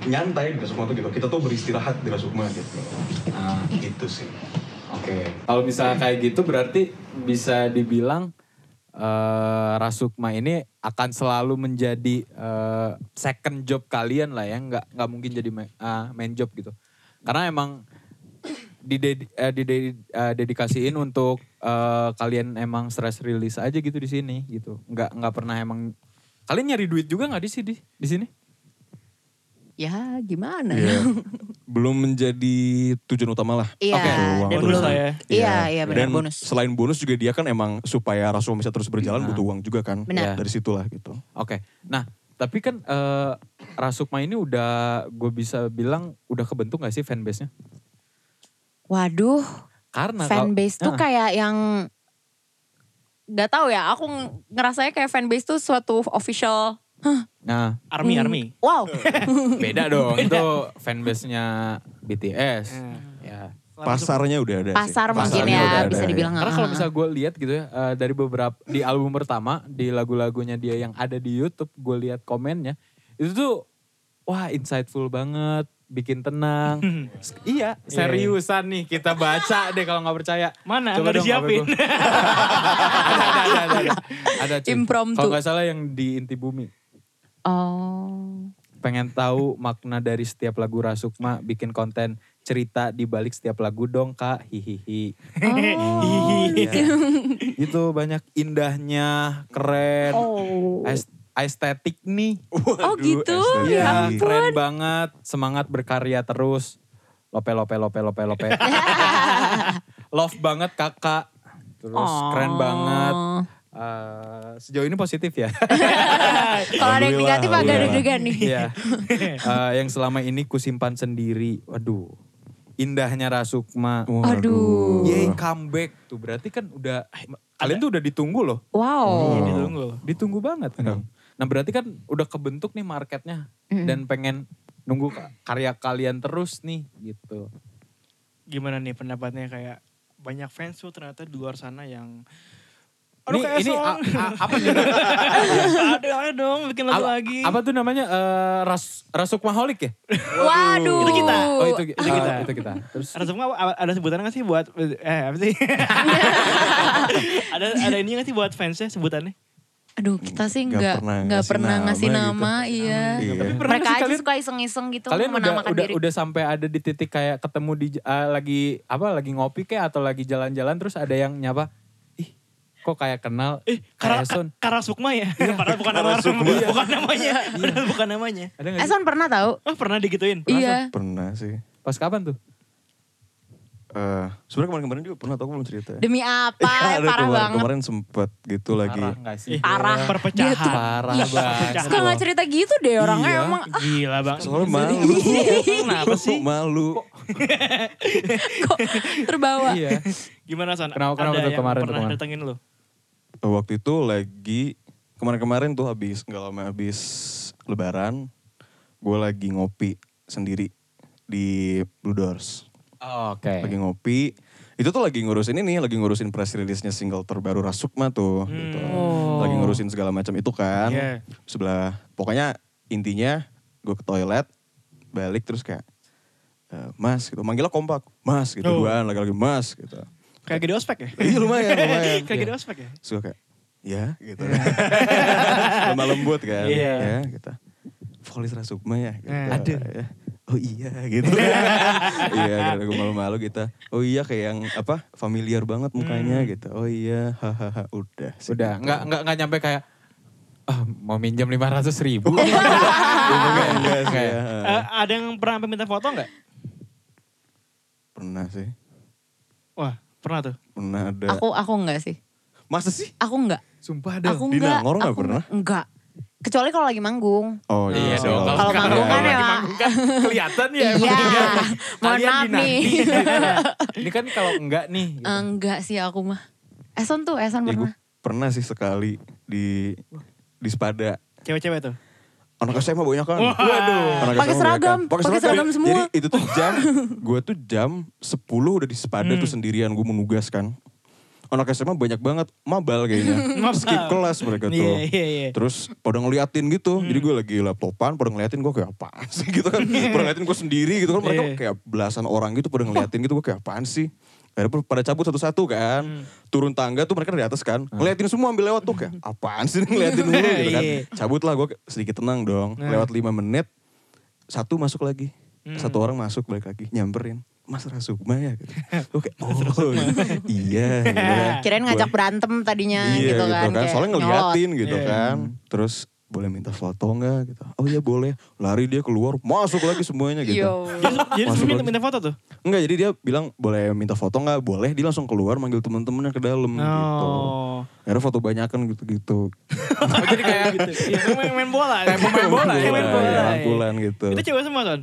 Speaker 11: nyantai di rasukma tuh gitu. Kita tuh beristirahat di rasukma gitu.
Speaker 12: Ah,
Speaker 11: Gitu sih.
Speaker 12: Oke.
Speaker 2: Kalau misalnya kayak gitu berarti bisa dibilang eh, Rasukma ini akan selalu menjadi eh, second job kalian lah ya, nggak nggak mungkin jadi ma- ah, main job gitu. Karena emang dided, eh, dided- eh, dedikasiin untuk eh, kalian emang stress release aja gitu di sini gitu. Nggak nggak pernah emang kalian nyari duit juga nggak di sini di sini?
Speaker 3: Ya gimana?
Speaker 4: Iya.
Speaker 3: <laughs>
Speaker 4: Belum menjadi tujuan utama lah.
Speaker 3: Iya,
Speaker 4: Oke.
Speaker 3: dan
Speaker 4: Uang
Speaker 3: belum.
Speaker 4: terus.
Speaker 1: ya.
Speaker 3: Iya, iya benar
Speaker 4: Dan
Speaker 3: bonus. Iya.
Speaker 4: selain bonus juga dia kan emang supaya Rasul bisa terus berjalan butuh uang juga kan.
Speaker 3: Benar.
Speaker 4: Dari situlah gitu.
Speaker 2: Oke. Nah, tapi kan eh, Rasukma ini udah gue bisa bilang udah kebentuk gak sih fanbase-nya?
Speaker 3: Waduh,
Speaker 2: Karena kalau-
Speaker 3: fanbase tuh
Speaker 2: Ah,
Speaker 3: kan- kayak yang nggak tahu ya. Aku ng- ngerasanya kayak fanbase tuh suatu official.
Speaker 2: Nah,
Speaker 1: Army, army.
Speaker 3: <laughs> Wow.
Speaker 2: <laughs> beda dong. Itu fanbase-nya BTS.
Speaker 1: Eh,
Speaker 2: Ya.
Speaker 4: Pasarnya udah ada sih.
Speaker 3: Pasar mungkin
Speaker 4: Pasarnya udah
Speaker 3: ya
Speaker 4: ada,
Speaker 3: bisa
Speaker 4: ya. <laughs>
Speaker 3: dibilang.
Speaker 2: Karena kalau
Speaker 3: ah.
Speaker 2: misalnya gue lihat gitu ya eh, dari beberapa di album pertama di lagu-lagunya dia yang ada di YouTube gue lihat komennya itu tuh wah insightful banget bikin tenang <laughs> S- iya seriusan nih kita baca deh kalau nggak percaya
Speaker 1: Mana?
Speaker 2: Coba
Speaker 1: Nggak
Speaker 2: dong,
Speaker 1: disiapin.
Speaker 2: HP gua. <laughs> ada ada ada ada ada, ada cuy.
Speaker 3: Impromptu.
Speaker 2: kalau nggak salah yang di inti bumi
Speaker 3: Oh.
Speaker 2: pengen tahu makna dari setiap lagu Rasukma bikin konten cerita di balik setiap lagu dong kak hihihi
Speaker 3: Oh, lucu.
Speaker 2: itu banyak indahnya keren
Speaker 3: Oh.
Speaker 2: est- estetik nih
Speaker 3: Oh, gitu?
Speaker 4: estetik.
Speaker 2: iya keren banget semangat berkarya terus lope lope lope lope
Speaker 3: <laughs>
Speaker 2: lope love banget kakak terus keren
Speaker 3: Oh.
Speaker 2: banget Eh, sejauh ini positif ya
Speaker 3: <laughs>
Speaker 2: <laughs>
Speaker 3: Kalau ada yang negatif agak
Speaker 2: Alhamdulillah.
Speaker 3: deg-degan nih.
Speaker 1: <laughs>
Speaker 2: Iya. Eh, yang selama ini kusimpan sendiri. Waduh. Indahnya Rasukma.
Speaker 3: Aduh.
Speaker 4: Iya.
Speaker 2: Yeay comeback tuh. Berarti kan udah kalian tuh udah ditunggu loh.
Speaker 3: Wow.
Speaker 1: Ditunggu loh.
Speaker 2: Ditunggu banget kan. Nah, berarti kan udah kebentuk nih marketnya dan pengen nunggu ka- karya kalian terus nih gitu.
Speaker 1: Gimana nih pendapatnya kayak banyak fans tuh ternyata di luar sana yang
Speaker 2: Nih,
Speaker 1: kayak
Speaker 2: ini
Speaker 1: song.
Speaker 2: a-
Speaker 1: <laughs>
Speaker 2: a- apa nih?
Speaker 1: ada ada dong bikin lagu
Speaker 2: A-
Speaker 1: lagi.
Speaker 2: Apa tuh namanya? Eh, ras Rasukmaholic ya?
Speaker 3: Waduh.
Speaker 1: Itu kita.
Speaker 2: Oh, itu,
Speaker 1: Itu kita.
Speaker 2: eh, itu kita. Terus
Speaker 1: Ada semua apa- ada sebutan nggak sih buat eh apa
Speaker 2: <laughs>
Speaker 1: sih? ada ada ini nggak sih buat fansnya sebutannya?
Speaker 3: Aduh kita sih
Speaker 4: Nggak
Speaker 3: nggak
Speaker 4: pernah
Speaker 3: nggak
Speaker 4: ngasih
Speaker 3: pernah
Speaker 4: nama
Speaker 3: ngasih
Speaker 4: gitu.
Speaker 3: nama, iya.
Speaker 4: Iya.
Speaker 2: pernah
Speaker 3: Mereka
Speaker 2: sih
Speaker 3: aja
Speaker 2: kalian-
Speaker 3: suka iseng-iseng gitu
Speaker 2: kalian udah
Speaker 3: menamakan
Speaker 2: udah
Speaker 3: diri.
Speaker 2: udah sampai ada di titik kayak ketemu di eh, lagi apa lagi ngopi kayak atau lagi jalan-jalan terus ada yang nyapa ih kok kayak kenal
Speaker 1: Eh,
Speaker 2: kayak Iya.
Speaker 1: Kara,
Speaker 2: Son
Speaker 1: Kara Sukma ya? <laughs> Padahal bukan nama bukan
Speaker 2: Iya.
Speaker 1: namanya. Padahal bukan namanya.
Speaker 2: ada nggak sih?
Speaker 3: Eson Eh, pernah tahu?
Speaker 1: Oh, pernah digituin.
Speaker 3: Iya.
Speaker 4: Pernah sih.
Speaker 2: pas kapan tuh
Speaker 4: Eh, sebenarnya kemarin-kemarin juga pernah, tapi aku belum cerita. <laughs>
Speaker 3: Demi apa? Parah
Speaker 4: Ada kemarin,
Speaker 3: banget.
Speaker 4: kemarin sempet gitu lagi.
Speaker 2: parah nggak sih
Speaker 3: Parah.
Speaker 1: Perpecahan.
Speaker 3: Dia tuh-
Speaker 2: parah
Speaker 1: Iya.
Speaker 2: banget
Speaker 1: Pecah.
Speaker 3: Suka nggak cerita gitu deh orangnya
Speaker 2: Iya.
Speaker 3: emang.
Speaker 1: Gila bang.
Speaker 4: Soalnya malu. <laughs>
Speaker 1: Kenapa sih?
Speaker 4: Malu.
Speaker 3: Kok terbawa?
Speaker 2: iya
Speaker 1: Gimana Son?
Speaker 2: Kenapa- kenapa
Speaker 1: ada
Speaker 2: tuh
Speaker 1: yang
Speaker 2: kemarin tuh
Speaker 1: pernah
Speaker 2: kemarin?
Speaker 1: datengin lu?
Speaker 4: Eh, Waktu itu lagi kemarin-kemarin tuh habis nggak lama habis Lebaran, gue lagi ngopi sendiri di Blue Doors.
Speaker 2: oke
Speaker 4: Lagi ngopi. Itu tuh lagi ngurusin ini, lagi ngurusin press release-nya single terbaru Rasukma tuh. gitu. Lagi ngurusin segala macam itu kan.
Speaker 1: Iya.
Speaker 4: Sebelah, pokoknya intinya gue ke toilet, balik terus kayak, "Eh, mas gitu, manggilnya kompak, mas gitu,
Speaker 1: Oh.
Speaker 4: duaan lagi-lagi mas gitu.
Speaker 1: Kayak gede ospek ya?
Speaker 4: Iya lumayan, lumayan.
Speaker 1: <laughs>
Speaker 4: Iya.
Speaker 1: Kayak gede ospek ya?
Speaker 4: Terus gue kayak, ya gitu. <laughs> Lemah lembut kan.
Speaker 1: Iya.
Speaker 4: Ya gitu. Vokalis Rasukma ya gitu.
Speaker 1: Eh. Ada.
Speaker 4: Ya. Oh iya gitu. iya karena gue malu-malu gitu. Oh iya kayak yang apa familiar banget mukanya gitu. Oh iya hahaha udah. sih. Gitu.
Speaker 2: udah
Speaker 4: <laughs>
Speaker 2: nggak nggak nggak nyampe kayak ah, mau minjam lima ratus ribu
Speaker 3: Iya.
Speaker 2: Iya,
Speaker 4: Enggak, enggak sih. ya.
Speaker 1: Eh, ada yang pernah sampai minta foto nggak?
Speaker 4: Pernah sih.
Speaker 1: Wah, pernah tuh.
Speaker 4: Pernah ada.
Speaker 3: Aku aku nggak sih.
Speaker 4: Masa sih?
Speaker 3: Aku nggak.
Speaker 2: sumpah ada
Speaker 3: Aku
Speaker 4: Di
Speaker 3: nggak.
Speaker 4: Nangor nggak
Speaker 3: aku
Speaker 4: pernah?
Speaker 3: Enggak. Kecuali kalau lagi manggung.
Speaker 4: Oh
Speaker 2: Iya
Speaker 4: sih,
Speaker 2: dong.
Speaker 3: Kalau manggung kan
Speaker 2: Iya.
Speaker 3: emang.
Speaker 2: kelihatan ya
Speaker 3: Iya.
Speaker 2: emang.
Speaker 3: Mohon
Speaker 2: Kalian
Speaker 3: maaf nih. Eh.
Speaker 2: dinanti. <laughs> ini kan kalau enggak nih gitu.
Speaker 3: Enggak sih aku mah. Eson tuh, Eson
Speaker 4: Ya, gue
Speaker 3: pernah.
Speaker 4: pernah sih sekali di di Spada.
Speaker 1: Cewek-cewek tuh.
Speaker 4: Anak SMA banyak kan.
Speaker 1: Waduh.
Speaker 4: Anak
Speaker 3: Pakai
Speaker 4: SMA banyak
Speaker 3: seragam,
Speaker 4: kan.
Speaker 3: pakai seragam
Speaker 4: Jadi-
Speaker 3: semua.
Speaker 4: Jadi itu tuh
Speaker 3: <laughs>
Speaker 4: jam, gue tuh jam 10 udah di sepada
Speaker 1: Hmm.
Speaker 4: tuh sendirian gue menugas kan. Anak SMA banyak banget, mabal kayaknya.
Speaker 1: <laughs> Mabal.
Speaker 4: Skip kelas mereka tuh.
Speaker 1: Iya, iya, iya. Hmm.
Speaker 4: Terus pada ngeliatin gitu, jadi gue lagi laptopan, pada ngeliatin gue kayak apaan sih gitu
Speaker 1: <laughs>
Speaker 4: kan. pada ngeliatin gue sendiri gitu kan, mereka
Speaker 1: Iya.
Speaker 4: kayak belasan orang gitu pada ngeliatin gitu, gue kayak apaan sih. Akhirnya pada cabut satu-satu kan,
Speaker 1: Hmm.
Speaker 4: turun tangga tuh mereka di atas kan, ngeliatin semua ambil lewat tuh
Speaker 1: <laughs>
Speaker 4: kayak apaan sih ngeliatin mulu gitu kan.
Speaker 1: Iya.
Speaker 4: Cabut lah gue sedikit tenang dong,
Speaker 1: Nah.
Speaker 4: lewat lima menit, satu masuk lagi.
Speaker 1: Hmm.
Speaker 4: Satu orang masuk balik lagi, nyamperin. Mas Rasukma
Speaker 1: <laughs>
Speaker 4: ya? Gitu. Oke, oh iya. gitu kan.
Speaker 3: Kirain ngajak berantem tadinya
Speaker 4: Iya
Speaker 3: gitu kan. kayak
Speaker 4: Soalnya
Speaker 3: nyolot.
Speaker 4: ngeliatin gitu
Speaker 1: Iya.
Speaker 4: kan. Terus boleh minta foto nggak gitu. Oh iya boleh. Lari dia keluar, masuk lagi semuanya gitu.
Speaker 2: <laughs>
Speaker 3: Yo.
Speaker 1: Jadi, <laughs> jadi
Speaker 4: Masuk
Speaker 1: sebelum
Speaker 4: lagi.
Speaker 1: minta foto tuh.
Speaker 4: Enggak jadi dia bilang boleh minta foto nggak? Boleh. Dia langsung keluar manggil temen-temennya ke dalam gitu.
Speaker 1: Oh.
Speaker 4: Akhirnya foto banyakan gitu-gitu.
Speaker 2: Jadi kayak gitu.
Speaker 1: Iya, main, main bola. iya. Kayak
Speaker 2: pemain bola ya?
Speaker 1: Kayak main bola.
Speaker 4: ya, rangkulan gitu.
Speaker 1: Itu cewek semua, Ton?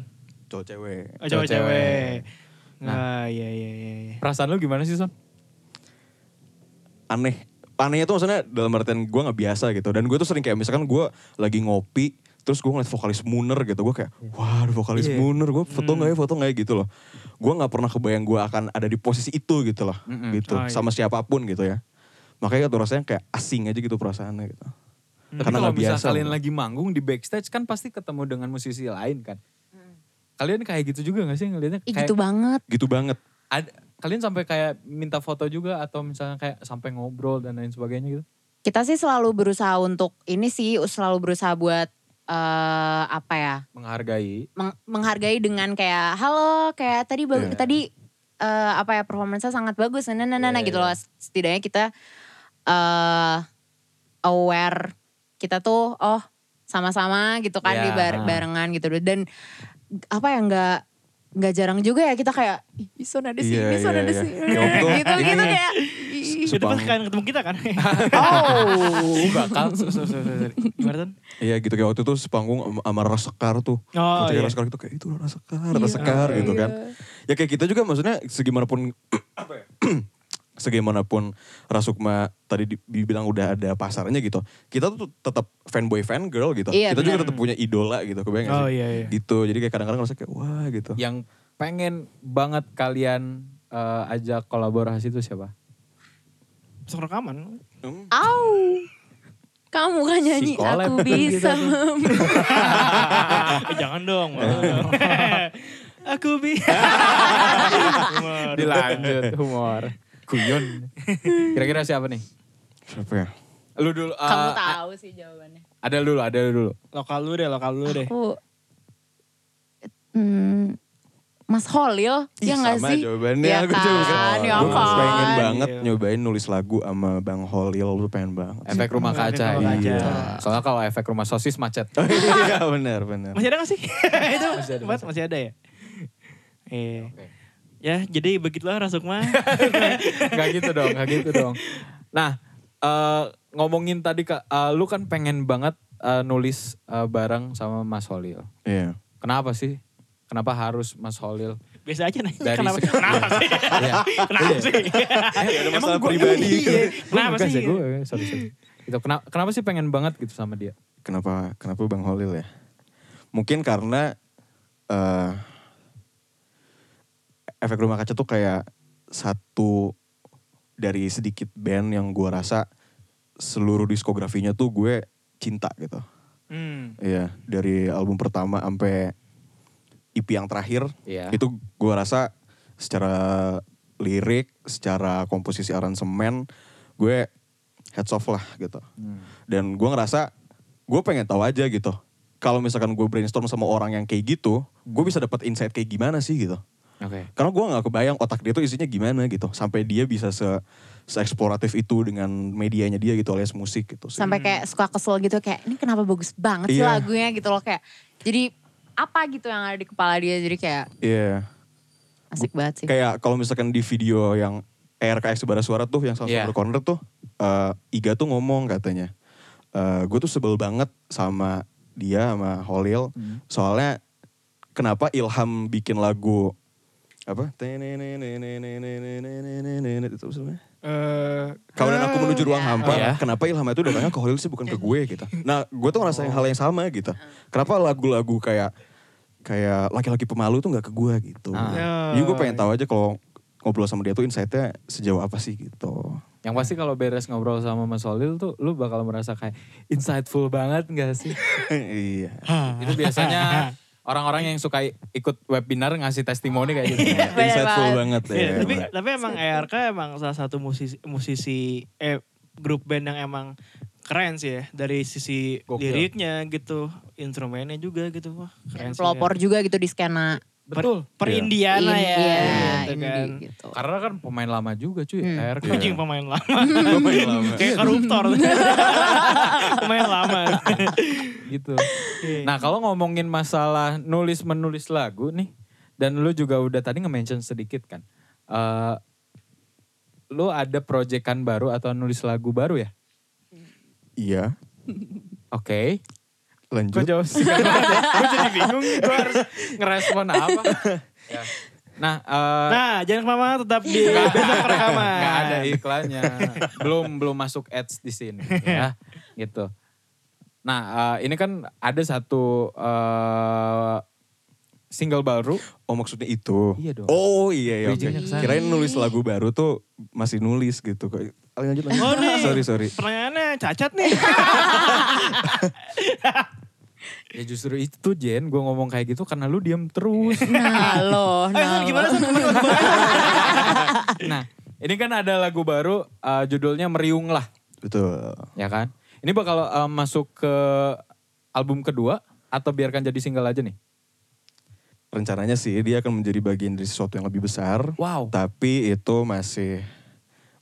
Speaker 4: Cowok cewek.
Speaker 1: Oh,
Speaker 2: Cewek-cewek.
Speaker 1: cewek-cewek. Nah, iya, iya, iya. iya.
Speaker 2: perasaan lu gimana sih Son?
Speaker 4: aneh anehnya tuh maksudnya dalam artian gue nggak biasa gitu dan gue tuh sering kayak misalkan gue lagi ngopi terus gue ngeliat vokalis Muner gitu gue kayak
Speaker 2: Iya.
Speaker 4: wah ada vokalis Muner gue foto nggak ya
Speaker 2: Hmm.
Speaker 4: foto nggak ya gitu loh gue nggak pernah kebayang gue akan ada di posisi itu gitu loh gitu
Speaker 1: Oh, iya.
Speaker 4: sama siapapun gitu ya makanya tuh rasanya kayak asing aja gitu perasaannya gitu
Speaker 2: Hmm. Tapi kalau misalnya kalian lagi manggung di backstage kan pasti ketemu dengan musisi lain kan. Kalian kayak gitu juga gak sih ngelihatnya?
Speaker 3: Mm. Ih gitu banget.
Speaker 4: gitu banget
Speaker 2: Ad- kalian sampai kayak minta foto juga atau misalnya kayak sampai ngobrol dan lain sebagainya gitu?
Speaker 3: Kita sih selalu berusaha untuk ini sih selalu berusaha buat eh apa ya? <laughs>
Speaker 2: Menghargai.
Speaker 3: meng- menghargai dengan kayak halo kayak tadi
Speaker 4: Iya.
Speaker 3: bagu- tadi eh, apa ya performance sangat bagus nah nah nah,
Speaker 4: Iya,
Speaker 3: nah," gitu loh setidaknya kita eh aware kita tuh oh sama-sama gitu
Speaker 4: Iya,
Speaker 3: kan di
Speaker 2: Ya.
Speaker 3: bar- barengan gitu loh. dan apa ya nggak nggak jarang juga ya kita kayak "Ih, Ison ada sih,
Speaker 4: Iya,
Speaker 3: Ison
Speaker 4: iya,
Speaker 3: ada
Speaker 4: iya.
Speaker 3: sih.
Speaker 4: Ya, betul.
Speaker 3: gitu gitu kayak
Speaker 4: <laughs>
Speaker 3: "Ih."
Speaker 1: Itu
Speaker 4: Supang.
Speaker 1: pas kalian ketemu <laughs> kita kan.
Speaker 3: oh
Speaker 2: Bakal <laughs>
Speaker 1: Sorry, sorry, sorry, sorry. Gimana, Ton?
Speaker 4: Iya gitu kayak waktu itu sepanggung sama Rasekar tuh.
Speaker 1: Oh,
Speaker 4: Ketika
Speaker 1: iya.
Speaker 4: Rasekar itu kayak itu Rasekar,
Speaker 3: Iya,
Speaker 4: Rasekar gitu kan. Ya kayak kita juga maksudnya segimanapun <clears throat> apa ya? segimanapun Rasukma tadi di- dibilang udah ada pasarnya gitu. Kita tuh tetap fanboy fan girl gitu.
Speaker 3: Iya,
Speaker 4: kita juga
Speaker 3: benar.
Speaker 4: tetap punya idola gitu, kebayang gak
Speaker 1: Oh,
Speaker 4: sih?
Speaker 1: iya, iya.
Speaker 4: Gitu. Jadi kayak kadang-kadang ngerasa kayak wah gitu.
Speaker 2: Yang pengen banget kalian eh, ajak kolaborasi itu siapa?
Speaker 1: Besok <laughs> rekaman.
Speaker 4: Hmm.
Speaker 3: au kamu kan
Speaker 2: Si
Speaker 3: nyanyi
Speaker 2: Caleb.
Speaker 3: aku
Speaker 4: gitu.
Speaker 3: bisa
Speaker 1: Eh, jangan dong. Eh. <laughs> Aku <laughs> bi. Humor.
Speaker 2: Dilanjut
Speaker 3: <laughs>
Speaker 2: humor. Kuyon. Kira-kira siapa nih?
Speaker 4: Siapa ya?
Speaker 2: Lu dulu. eh,
Speaker 3: kamu tahu sih jawabannya
Speaker 2: Ada lu dulu, ada lu dulu.
Speaker 1: Lokal lu deh, lokal
Speaker 4: Eh.
Speaker 1: lu deh.
Speaker 3: Aku hmm, Mas Holil,
Speaker 4: Ih,
Speaker 3: ya nggak
Speaker 4: sama
Speaker 3: sih?
Speaker 4: jawabannya
Speaker 3: ya
Speaker 4: aku
Speaker 3: kan,
Speaker 4: juga.
Speaker 3: ya
Speaker 4: Gua pengen
Speaker 3: kan.
Speaker 4: banget
Speaker 1: Iya.
Speaker 4: nyobain nulis lagu sama Bang Holil tuh pengen banget. <laughs>
Speaker 2: Efek rumah
Speaker 1: Efek
Speaker 2: kaca.
Speaker 1: rumah
Speaker 2: ya.
Speaker 1: kaca.
Speaker 2: Soalnya kalau efek rumah sosis macet.
Speaker 4: Iya benar benar.
Speaker 1: Masih ada gak sih? itu
Speaker 2: Masih
Speaker 1: masih
Speaker 2: ada,
Speaker 1: ada, masih. ada ya? Iya. Ya, jadi begitulah Rasukma.
Speaker 2: gak gitu dong, gak gitu dong. Nah, eh, ngomongin tadi Kak, eh, lu kan pengen banget eh, nulis eh, bareng sama Mas Holil.
Speaker 4: Iya.
Speaker 2: Kenapa sih? Kenapa harus Mas Holil?
Speaker 1: Biasa aja nanya
Speaker 2: Dari
Speaker 1: kenapa,
Speaker 2: segi-
Speaker 1: kenapa sih?
Speaker 2: Iya.
Speaker 1: kenapa sih?
Speaker 2: Eh,
Speaker 4: ada
Speaker 1: Emang
Speaker 4: masalah
Speaker 1: gua-
Speaker 4: pribadi.
Speaker 1: Iya. Kenapa
Speaker 2: Bukan
Speaker 1: sih?
Speaker 2: sih? Gue, sorry, sorry. Gitu, kenapa, kenapa sih pengen banget gitu sama dia?
Speaker 4: Kenapa kenapa Bang Holil ya? Mungkin karena eh efek rumah kaca tuh kayak satu dari sedikit band yang gue rasa seluruh diskografinya tuh gue cinta gitu.
Speaker 1: Hmm.
Speaker 4: Iya, dari album pertama sampai EP yang terakhir
Speaker 2: Iya.
Speaker 4: itu gua rasa secara lirik, secara komposisi aransemen gue heads off lah gitu. Dan gua ngerasa gue pengen tahu aja gitu. Kalau misalkan gue brainstorm sama orang yang kayak gitu, gue bisa dapat insight kayak gimana sih gitu.
Speaker 2: Oke.
Speaker 4: Karena gue nggak kebayang otak dia tuh isinya gimana gitu, sampai dia bisa se seeksploratif itu dengan medianya dia gitu alias musik gitu sih.
Speaker 3: Sampai kayak suka kesel gitu kayak ini kenapa bagus banget sih
Speaker 4: Iya.
Speaker 3: lagunya gitu loh kayak. Jadi apa gitu yang ada di kepala dia jadi kayak
Speaker 4: Iya.
Speaker 3: asik banget sih.
Speaker 4: Kayak kalau misalkan di video yang RKX Bara Suara tuh yang sama
Speaker 2: Iya.
Speaker 4: Sumber Corner tuh eh, Iga tuh ngomong katanya gue tuh sebel banget sama dia sama Holil
Speaker 2: Hmm.
Speaker 4: soalnya kenapa Ilham bikin lagu apa itu apa sebenarnya
Speaker 1: eh
Speaker 4: Kalau dan aku menuju ruang hampa,
Speaker 2: Iya.
Speaker 4: kenapa ilham itu datangnya ke Holil sih bukan ke gue gitu. Nah, gue tuh ngerasain hal yang sama gitu. Kenapa lagu-lagu kayak kayak laki-laki pemalu tuh nggak ke gue gitu.
Speaker 1: Ah.
Speaker 4: Jadi gue pengen tahu aja kalau ngobrol sama dia tuh insight-nya sejauh apa sih gitu.
Speaker 2: Yang pasti kalau beres ngobrol sama Mas Solil tuh lu bakal merasa kayak insightful banget gak sih?
Speaker 4: iya.
Speaker 2: Itu biasanya orang-orang yang suka i- ikut webinar ngasih testimoni kayak gitu.
Speaker 4: Insightful banget ya.
Speaker 1: Iya, tapi tapi emang ERK emang salah satu musisi musisi eh grup band yang emang keren sih ya dari sisi
Speaker 2: Gokil.
Speaker 1: liriknya gitu, instrumennya juga gitu wah keren. sih,
Speaker 3: Pelopor
Speaker 1: ya.
Speaker 3: juga gitu di skena
Speaker 2: Betul.
Speaker 1: per Indiana ya.
Speaker 3: India,
Speaker 4: Iya,
Speaker 1: gitu
Speaker 3: indie
Speaker 1: kan.
Speaker 3: gitu.
Speaker 2: Karena kan pemain lama juga cuy.
Speaker 3: Hmm.
Speaker 2: ARK.
Speaker 1: Anjing pemain lama.
Speaker 4: Pemain lama.
Speaker 1: <laughs> Kayak koruptor. pemain lama.
Speaker 2: gitu. Nah kalau ngomongin masalah nulis menulis lagu nih, dan lu juga udah tadi nge-mention sedikit kan, Eh lu ada proyekan baru atau nulis lagu baru ya?
Speaker 4: Iya,
Speaker 2: Oke. Kok
Speaker 4: lanjut.
Speaker 2: jawab singkat banget <laughs> ya? Gue jadi bingung, gue harus ngerespon <laughs> apa? Ya. Nah, eh
Speaker 1: Nah, jangan kemana-mana tetap di
Speaker 2: Nggak- <laughs>
Speaker 1: besok rekaman.
Speaker 2: nggak ada iklannya. belum belum masuk ads di sini ya. Gitu. Nah, eh, ini kan ada satu eh, single baru.
Speaker 4: Oh maksudnya itu.
Speaker 2: Iya dong.
Speaker 4: Oh iya iya. oke.
Speaker 2: Bridgingnya kesana.
Speaker 4: Kirain nulis lagu baru tuh masih nulis gitu. Kayak- Ali, lanjut lanjut.
Speaker 1: Oh nih,
Speaker 4: Sorry sorry.
Speaker 1: pertanyaannya cacat nih.
Speaker 2: Ya justru itu Jen, gue ngomong kayak gitu karena lu diam terus.
Speaker 3: Nah loh,
Speaker 1: <laughs> Eh,
Speaker 3: nah
Speaker 1: Son, gimana
Speaker 3: loh.
Speaker 1: sih menurut lo?
Speaker 2: nah, ini kan ada lagu baru eh, judulnya Meriung lah,
Speaker 4: Betul.
Speaker 2: ya kan? Ini bakal eh, masuk ke album kedua atau biarkan jadi single aja nih?
Speaker 4: Rencananya sih dia akan menjadi bagian dari sesuatu yang lebih besar.
Speaker 2: Wow.
Speaker 4: Tapi itu masih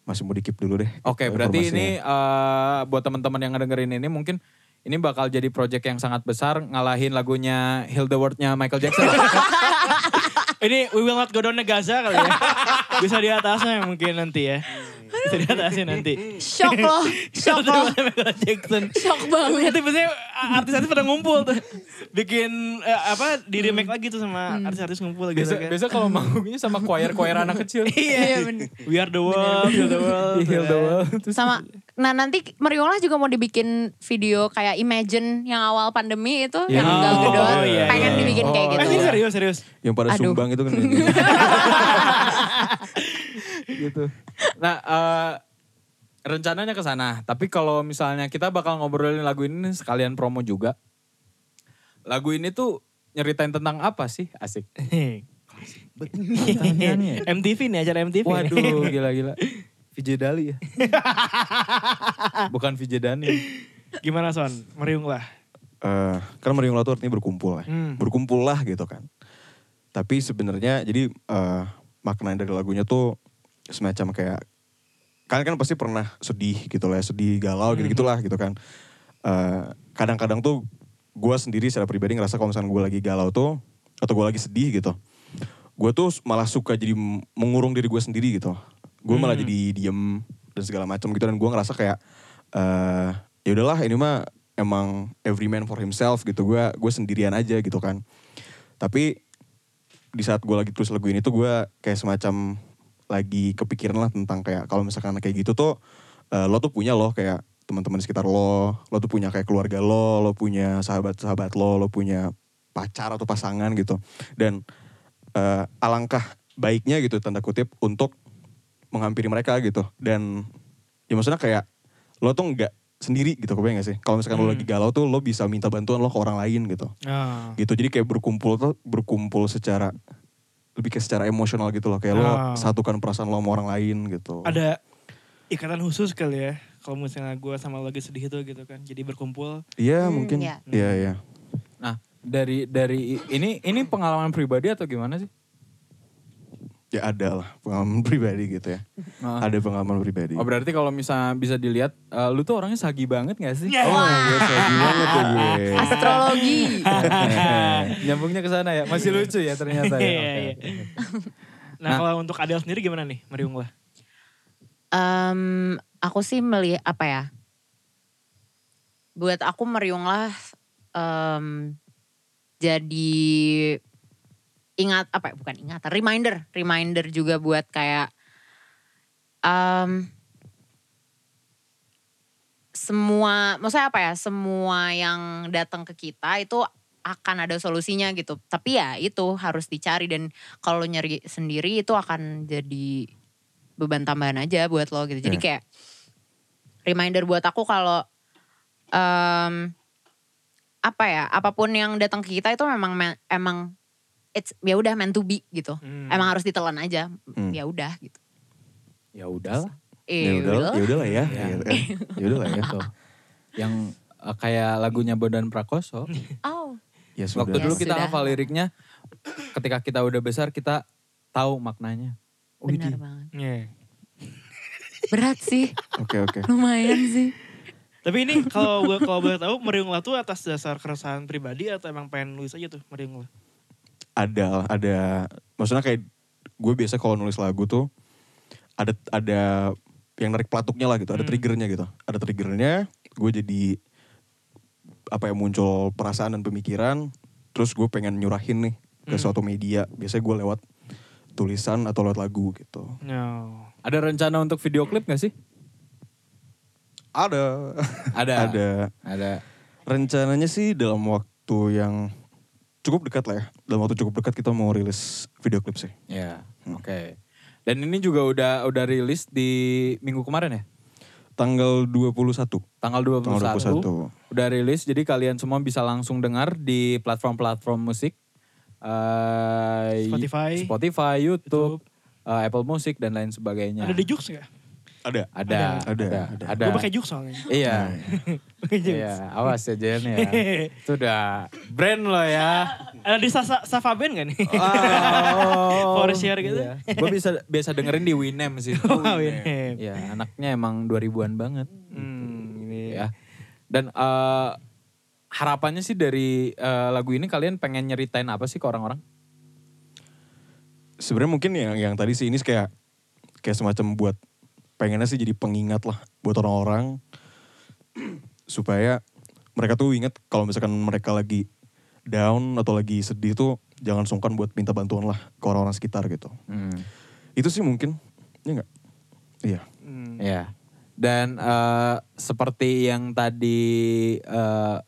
Speaker 4: masih mau dikip dulu deh.
Speaker 2: Oke, berarti ini eh, buat teman-teman yang ngedengerin ini mungkin ini bakal jadi project yang sangat besar ngalahin lagunya Heal the World-nya Michael <laughs> Jackson.
Speaker 1: Ini we will not go down to Gaza kali ya. Bisa di atasnya mungkin nanti ya. Bisa di atasnya nanti.
Speaker 3: Shock loh,
Speaker 1: <laughs>
Speaker 3: shock loh.
Speaker 1: Michael Jackson.
Speaker 3: Shock banget.
Speaker 1: Itu biasanya artis-artis pada ngumpul tuh. Bikin eh, apa di remake lagi tuh sama artis-artis ngumpul gitu
Speaker 2: biasa,
Speaker 1: kan.
Speaker 2: biasa kalau manggungnya sama choir-choir anak <laughs> kecil.
Speaker 3: Iya bener.
Speaker 1: We are the world, we are the world.
Speaker 2: Heal the World. Terus-
Speaker 3: Sama, nah nanti Mariola juga mau dibikin video kayak Imagine yang awal pandemi itu.
Speaker 2: Iya.
Speaker 3: Yang Gal
Speaker 1: Oh,
Speaker 3: Gadot.
Speaker 1: iya,
Speaker 3: Kan gitu. pengen
Speaker 1: iya.
Speaker 3: dibikin
Speaker 1: Eh,
Speaker 3: kayak gitu.
Speaker 1: ini serius, serius.
Speaker 4: yang pada
Speaker 3: Aduh.
Speaker 4: sumbang itu kan.
Speaker 2: <laughs> gitu. Nah, eh, rencananya ke sana. Tapi kalau misalnya kita bakal ngobrolin lagu ini sekalian promo juga. Lagu ini tuh nyeritain tentang apa sih? Asik. Pertanyaannya.
Speaker 1: MTV nih acara MTV. nih.
Speaker 2: <laughs> Waduh, gila-gila. VJ Dali <laughs> ya. Bukan VJ Dani.
Speaker 1: Gimana Son? Meriung lah.
Speaker 4: Eh, karena meriunglah itu artinya berkumpul ya.
Speaker 1: Hmm.
Speaker 4: Berkumpul lah gitu kan. Tapi sebenarnya jadi eh, makna dari lagunya tuh semacam kayak kalian kan pasti pernah sedih gitu lah, ya, sedih galau
Speaker 2: Hmm.
Speaker 4: gitu gitulah gitu kan. Eh, kadang-kadang tuh gue sendiri secara pribadi ngerasa kalau misalnya gue lagi galau tuh atau gue lagi sedih gitu, gue tuh malah suka jadi m- mengurung diri gue sendiri gitu. Gue malah jadi diem dan segala macam gitu dan gue ngerasa kayak eh ya udahlah ini mah emang every man for himself gitu. Gue gue sendirian aja gitu kan. Tapi di saat gue lagi tulis lagu ini tuh gue kayak semacam lagi kepikiran lah tentang kayak kalau misalkan kayak gitu tuh eh, lo tuh punya loh kayak teman-teman di sekitar lo, lo tuh punya kayak keluarga lo, lo punya sahabat-sahabat lo, lo punya pacar atau pasangan gitu. Dan eh, alangkah baiknya gitu tanda kutip untuk menghampiri mereka gitu. Dan ya maksudnya kayak lo tuh nggak sendiri gitu, kebayang gak sih? Kalau misalkan lo lagi galau tuh lo bisa minta bantuan lo ke orang lain gitu
Speaker 1: Oh.
Speaker 4: gitu jadi kayak berkumpul tuh berkumpul secara lebih kayak secara emosional gitu loh kayak lo
Speaker 1: Ah.
Speaker 4: satukan perasaan lo sama orang lain gitu
Speaker 1: Ada ikatan khusus kali ya. Kalau misalnya gue sama lo lagi sedih itu gitu kan. Jadi berkumpul.
Speaker 4: iya
Speaker 3: Hmm,
Speaker 4: mungkin
Speaker 3: iya.
Speaker 4: iya iya
Speaker 2: Nah, dari dari ini ini pengalaman pribadi atau gimana sih?
Speaker 4: ya ada lah pengalaman <laughs> pribadi gitu ya
Speaker 2: Ah.
Speaker 4: ada pengalaman pribadi
Speaker 2: Oh berarti kalau misalnya bisa dilihat, eh, lu tuh orangnya sagi banget gak sih? iya,
Speaker 4: oh gue sedih
Speaker 3: Ah,
Speaker 4: banget
Speaker 2: ya.
Speaker 1: <laughs> Iya,
Speaker 4: tuh gue
Speaker 3: Astrologi.
Speaker 2: Nyambungnya ke sana ya. Masih lucu ya ternyata ya.
Speaker 1: Iya,
Speaker 2: Oke,
Speaker 1: iya.
Speaker 2: oke, oke.
Speaker 1: Nah, kalau untuk Adele sendiri gimana nih? Meriung lah.
Speaker 3: Em, aku sih melihat apa ya. Buat aku meriunglah em, jadi ya, ingat apa bukan ingat reminder reminder juga buat kayak em, semua, maksudnya apa ya, semua yang datang ke kita itu akan ada solusinya gitu. Tapi ya itu harus dicari dan kalau lo nyari sendiri itu akan jadi beban tambahan aja buat lo gitu.
Speaker 4: Iya.
Speaker 3: Jadi kayak reminder buat aku kalau em, apa ya, apapun yang datang ke kita itu memang me- emang it's ya udah meant to be gitu.
Speaker 1: Hmm.
Speaker 3: Emang harus ditelan aja.
Speaker 4: Hmm.
Speaker 3: Ya udah gitu.
Speaker 2: Ya udahlah.
Speaker 4: Ya
Speaker 3: Eh,
Speaker 4: udah, ya udah lah ya.
Speaker 2: Ya.
Speaker 4: gitu kan. Ya udah
Speaker 3: <laughs>
Speaker 4: lah ya.
Speaker 2: Gitu. Yang eh, kayak lagunya Bondan Prakoso.
Speaker 3: Oh.
Speaker 4: Ya sudah.
Speaker 2: Waktu
Speaker 3: Ya
Speaker 2: dulu kita
Speaker 3: sudah.
Speaker 2: hafal liriknya, ketika kita udah besar kita tahu maknanya. Oh,
Speaker 3: Benar
Speaker 2: gitu.
Speaker 3: banget.
Speaker 1: Iya.
Speaker 3: Berat
Speaker 2: <laughs>
Speaker 3: sih,
Speaker 4: Oke oke.
Speaker 3: lumayan sih.
Speaker 1: Tapi ini kalau gue kalau boleh tahu meriunglah tuh atas dasar keresahan pribadi atau emang pengen nulis aja tuh meriunglah?
Speaker 4: Ada ada maksudnya kayak gue biasa kalau nulis lagu tuh ada ada yang narik pelatuknya lah gitu, ada
Speaker 1: Hmm.
Speaker 4: triggernya gitu. Ada triggernya, gue jadi apa ya muncul perasaan dan pemikiran, terus gue pengen nyurahin nih ke
Speaker 1: Hmm.
Speaker 4: suatu media. Biasanya gue lewat tulisan atau lewat lagu gitu.
Speaker 1: No.
Speaker 2: Ada rencana untuk video klip gak sih?
Speaker 4: Ada.
Speaker 2: Ada.
Speaker 4: ada.
Speaker 2: Ada.
Speaker 4: Rencananya sih dalam waktu yang cukup dekat lah ya. Dalam waktu cukup dekat kita mau rilis video klip sih.
Speaker 2: Ya,
Speaker 4: Hmm.
Speaker 2: oke. Dan ini juga udah udah rilis di minggu kemarin ya?
Speaker 4: Tanggal 21.
Speaker 2: Tanggal 21.
Speaker 4: Tanggal 21.
Speaker 2: Udah rilis, jadi kalian semua bisa langsung dengar di platform-platform musik. Eh,
Speaker 1: Spotify.
Speaker 2: Spotify, YouTube, eh, Apple Music, dan lain sebagainya.
Speaker 1: Ada di Jux nggak?
Speaker 4: Ada.
Speaker 2: Ada.
Speaker 4: Ada,
Speaker 2: Ada.
Speaker 4: ada.
Speaker 2: ada.
Speaker 1: Gue pakai Jux soalnya. <laughs>
Speaker 2: Iya.
Speaker 1: Pakai Jux.
Speaker 2: Iya, awas ya Jen
Speaker 1: <laughs>
Speaker 2: ya. Itu udah brand lo ya.
Speaker 1: Ada di Sasa, Safa Band nggak nih?
Speaker 2: Wow.
Speaker 1: For share gitu. Oh,
Speaker 2: Gue Oh. Iya. bisa biasa dengerin di Winem
Speaker 1: <laughs>
Speaker 2: sih.
Speaker 1: Wow, Winamp.
Speaker 2: Iya, anaknya emang 2000-an banget.
Speaker 1: Hmm, ini.
Speaker 2: ya. Dan eh, harapannya sih dari eh, lagu ini kalian pengen nyeritain apa sih ke orang-orang?
Speaker 4: Sebenarnya mungkin yang yang tadi sih ini kayak kayak semacam buat pengennya sih jadi pengingat lah buat orang-orang <clears throat> supaya mereka tuh ingat kalau misalkan mereka lagi down atau lagi sedih tuh jangan sungkan buat minta bantuan lah ke orang-orang sekitar gitu. Itu sih mungkin. Iya enggak? Iya.
Speaker 1: Hmm.
Speaker 2: Ya. Dan eh, seperti yang tadi eh,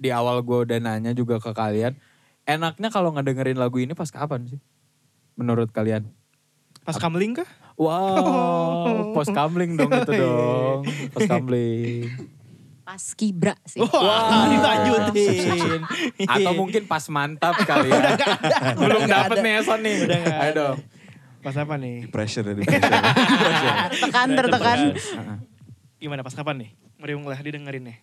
Speaker 2: di awal gue udah nanya juga ke kalian, enaknya kalau ngedengerin lagu ini pas kapan sih? Menurut kalian?
Speaker 1: Pas kamling kah?
Speaker 2: <laughs> Wow, pos kamling dong itu dong, pos kamling.
Speaker 3: Pas kibra sih.
Speaker 2: Oh, Ah,
Speaker 1: Wah,
Speaker 2: Dilanjutin. Atau mungkin pas mantap kali ya. Belum dapet nih Eson nih.
Speaker 1: Udah nggak
Speaker 2: Ayo
Speaker 1: ada.
Speaker 2: dong.
Speaker 1: <laughs> Pas apa nih?
Speaker 4: Pressure <laughs> dari pressure.
Speaker 2: iya.
Speaker 3: tertekan, tertekan. <laughs>
Speaker 1: Gimana pas kapan nih? Meriunglah didengerin nih.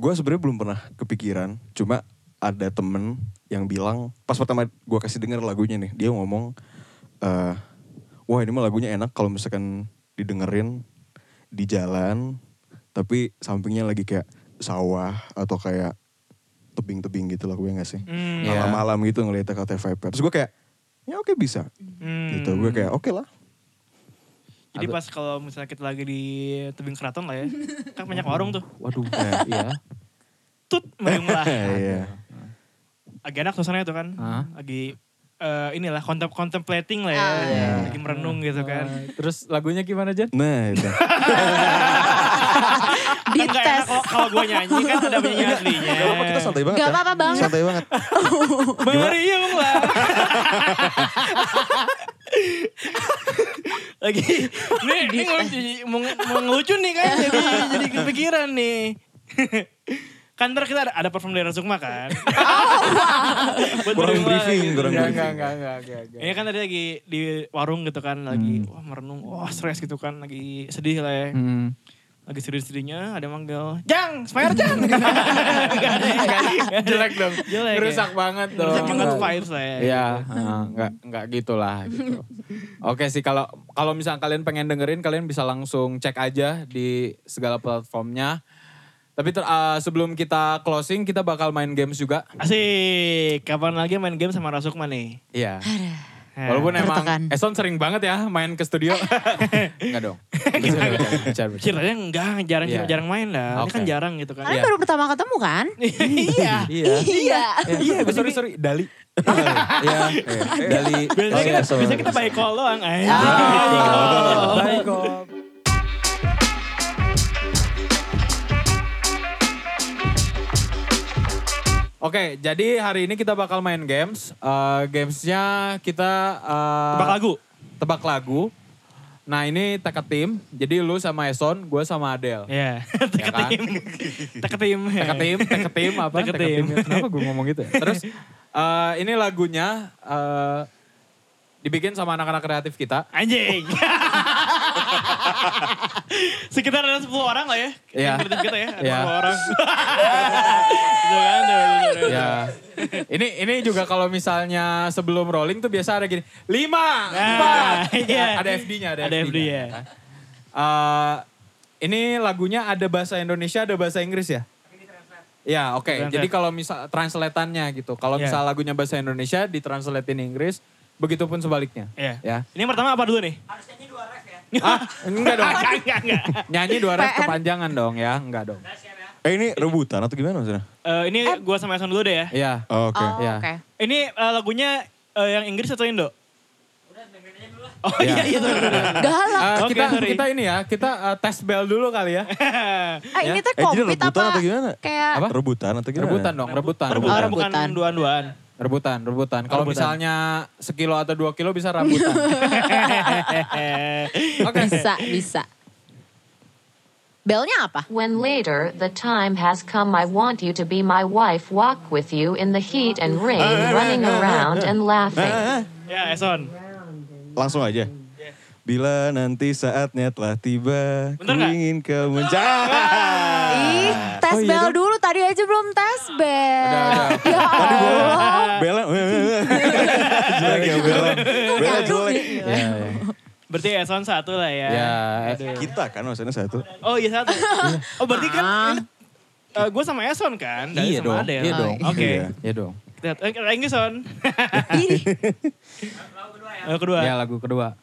Speaker 4: gue sebenarnya belum pernah kepikiran cuma ada temen yang bilang pas pertama gue kasih denger lagunya nih dia ngomong eh wah ini mah lagunya enak kalau misalkan didengerin di jalan tapi sampingnya lagi kayak sawah atau kayak tebing-tebing gitu lagu ya gak sih
Speaker 1: Hmm.
Speaker 2: Iya.
Speaker 4: malam-malam gitu ngeliatnya kata vibe terus gue kayak ya oke bisa
Speaker 1: Hmm.
Speaker 4: gitu gue kayak oke lah
Speaker 1: Jadi pas kalau misalnya kita lagi di tebing keraton lah ya, kan banyak warung tuh.
Speaker 2: Waduh, iya.
Speaker 1: Tut meriunglah. <laughs>
Speaker 4: <laughs> iya
Speaker 1: Agak enak suasananya tuh kan.
Speaker 2: Hah?
Speaker 1: Lagi eh, inilah kontem contemplating lah ya. Lagi merenung gitu kan.
Speaker 2: Terus lagunya gimana Jen?
Speaker 4: nah itu
Speaker 1: Kan nggak enak
Speaker 3: Dites.
Speaker 1: kalau- kalau gue nyanyi kan ada <laughs> penyanyi aslinya.
Speaker 4: Gak apa-apa kita santai banget
Speaker 3: Gak
Speaker 2: kan?
Speaker 4: ya.
Speaker 3: apa-apa
Speaker 2: Iya.
Speaker 3: banget.
Speaker 4: santai banget
Speaker 1: Meriunglah. Lagi nih, ini mau, mau, mau ngelucu nih kan jadi jadi kepikiran nih. kan ntar kita ada, ada perform dari Rasukma kan. Buat
Speaker 4: kurang
Speaker 1: meriunglah
Speaker 4: briefing
Speaker 1: gitu.
Speaker 4: kurang
Speaker 2: Enggak, enggak,
Speaker 4: briefing
Speaker 2: enggak, enggak, enggak, enggak.
Speaker 1: Ini kan tadi lagi di warung gitu kan, lagi wah merenung, wah stres gitu kan, lagi sedih lah ya.
Speaker 2: Hmm.
Speaker 1: Lagi sedih-sedihnya ada manggil, Jang, Spire Jang! Gak ada, gak ada.
Speaker 2: Jelek dong.
Speaker 1: Jelek ya.
Speaker 2: Rusak banget dong.
Speaker 1: Ngerusak banget vibes lah ya.
Speaker 2: Iya, heeh, nggak nggak gitulah
Speaker 1: <laughs>
Speaker 2: gitu. Oke sih kalau kalau misalnya kalian pengen dengerin kalian bisa langsung cek aja di segala platformnya. Tapi ter- eh, sebelum kita closing kita bakal main games juga.
Speaker 1: Asik, kapan lagi main game sama Rasukma nih?
Speaker 2: Iya. Walaupun emang
Speaker 3: Tertekan.
Speaker 2: Eson sering banget ya main ke
Speaker 1: <laughs>
Speaker 2: studio. Enggak dong. Bercanda, bercanda, bercanda.
Speaker 1: Ceritanya enggak, jarang
Speaker 2: Iya.
Speaker 1: jarang main lah. Ini kan
Speaker 2: Oke.
Speaker 1: jarang gitu kan.
Speaker 3: Kalian baru pertama ketemu kan?
Speaker 1: Iya.
Speaker 2: Iya.
Speaker 3: <laughs> Iya.
Speaker 2: Iya, sorry sorry, Dali.
Speaker 4: Iya, dari
Speaker 1: Biasanya kita, biasanya kita by call doang. Ay.
Speaker 2: Ah.
Speaker 1: By call.
Speaker 2: Baik kok. Oke, jadi hari ini kita bakal main games. Eh, gamesnya kita... eh,
Speaker 1: Tebak lagu.
Speaker 2: Tebak lagu. Nah ini tag team. Jadi lu sama Eson, gue sama Adele.
Speaker 1: Iya. Teka
Speaker 2: kan?
Speaker 1: tim. Teka tim.
Speaker 2: Teka tim, teka tim apa?
Speaker 1: Teka
Speaker 2: Teka
Speaker 1: tim.
Speaker 2: tim. Kenapa gue ngomong
Speaker 1: <laughs>
Speaker 2: gitu ya? Terus eh, ini lagunya eh, dibikin sama anak-anak kreatif kita.
Speaker 1: Anjing. <laughs> Sekitar ada 10 orang lah ya.
Speaker 2: Iya.
Speaker 1: Yang kreatif Kita ya, ada
Speaker 2: Iya.
Speaker 1: 10 orang. Tuh kan, tuh, tuh, tuh, tuh.
Speaker 2: ya. Ini ini juga kalau misalnya sebelum rolling tuh biasa ada gini. Lima, empat. Ya,
Speaker 1: Nah, iya.
Speaker 2: Ada FD-nya, ada,
Speaker 1: Ada FD,
Speaker 2: FD-nya.
Speaker 1: ya.
Speaker 2: Eh, ini lagunya ada bahasa Indonesia, ada bahasa Inggris ya? Ya, oke.
Speaker 1: Translate.
Speaker 2: Jadi kalau misal translatannya gitu. Kalau
Speaker 1: Iya.
Speaker 2: misal lagunya bahasa Indonesia ditranslatein Inggris, begitupun sebaliknya.
Speaker 1: Iya.
Speaker 2: Ya.
Speaker 1: Ini yang pertama apa dulu nih?
Speaker 2: Ah, enggak dong.
Speaker 1: <laughs> Enggak, enggak, enggak.
Speaker 2: Nyanyi dua ref
Speaker 3: PR.
Speaker 2: kepanjangan dong ya, enggak dong.
Speaker 4: Eh ini rebutan atau gimana maksudnya?
Speaker 1: Eh, ini gua sama Eson dulu deh ya.
Speaker 2: Iya.
Speaker 4: Oh, oke.
Speaker 3: Oh,
Speaker 2: Iya.
Speaker 3: oke.
Speaker 1: Ini eh, lagunya eh, yang Inggris atau Indo? Oh, Udah,
Speaker 2: Iya.
Speaker 1: dengerin aja dulu lah.
Speaker 2: Eh,
Speaker 3: Galak.
Speaker 1: Oke,
Speaker 2: kita
Speaker 1: sorry.
Speaker 2: kita ini ya, kita eh, tes bell dulu kali ya.
Speaker 3: Ah, ini teh
Speaker 4: Eh, jadi
Speaker 3: komplit
Speaker 4: rebutan
Speaker 3: apa?
Speaker 4: atau gimana?
Speaker 3: Kayak
Speaker 2: Apa?
Speaker 4: Rebutan atau gimana?
Speaker 2: Rebutan dong, rebutan.
Speaker 1: Oh iya. Rebutan,
Speaker 3: Oh,
Speaker 1: bukan
Speaker 3: rebutan.
Speaker 1: duaan-duaan.
Speaker 2: Rebutan, rebutan. Kalau
Speaker 1: Rebutan.
Speaker 2: misalnya sekilo atau dua kilo bisa rambutan. Oke.
Speaker 3: bisa, bisa. Belnya apa?
Speaker 13: When later the time has come, I want you to be my wife, walk with you in the heat and rain, running around and laughing.
Speaker 1: <laughs> ya, Eson.
Speaker 4: Eh, Langsung aja. Bila nanti saatnya telah tiba, ku
Speaker 1: Bentar nggak?
Speaker 4: ingin kau menjawab.
Speaker 3: Ih, tes
Speaker 2: Ah. iya
Speaker 3: bel dulu. Tadi aja belum tes
Speaker 2: <laughs>
Speaker 3: bel.
Speaker 2: Udah, udah.
Speaker 3: Ya Allah.
Speaker 4: Bella, jelek ya Bella. Bella jelek.
Speaker 2: Ya,
Speaker 1: Berarti Eson satu lah ya.
Speaker 2: ya. Ya,
Speaker 4: Kita kan maksudnya satu.
Speaker 1: Oh iya satu. oh berarti kan gue sama Eson kan? Dari
Speaker 2: Iya
Speaker 1: sama
Speaker 2: dong,
Speaker 1: Adele.
Speaker 2: iya dong.
Speaker 1: Oke.
Speaker 4: Iya.
Speaker 2: ya dong.
Speaker 1: Kita eh, kira Inggris Son. <laughs> Lagu kedua.
Speaker 2: Ya lagu <laughs> kedua.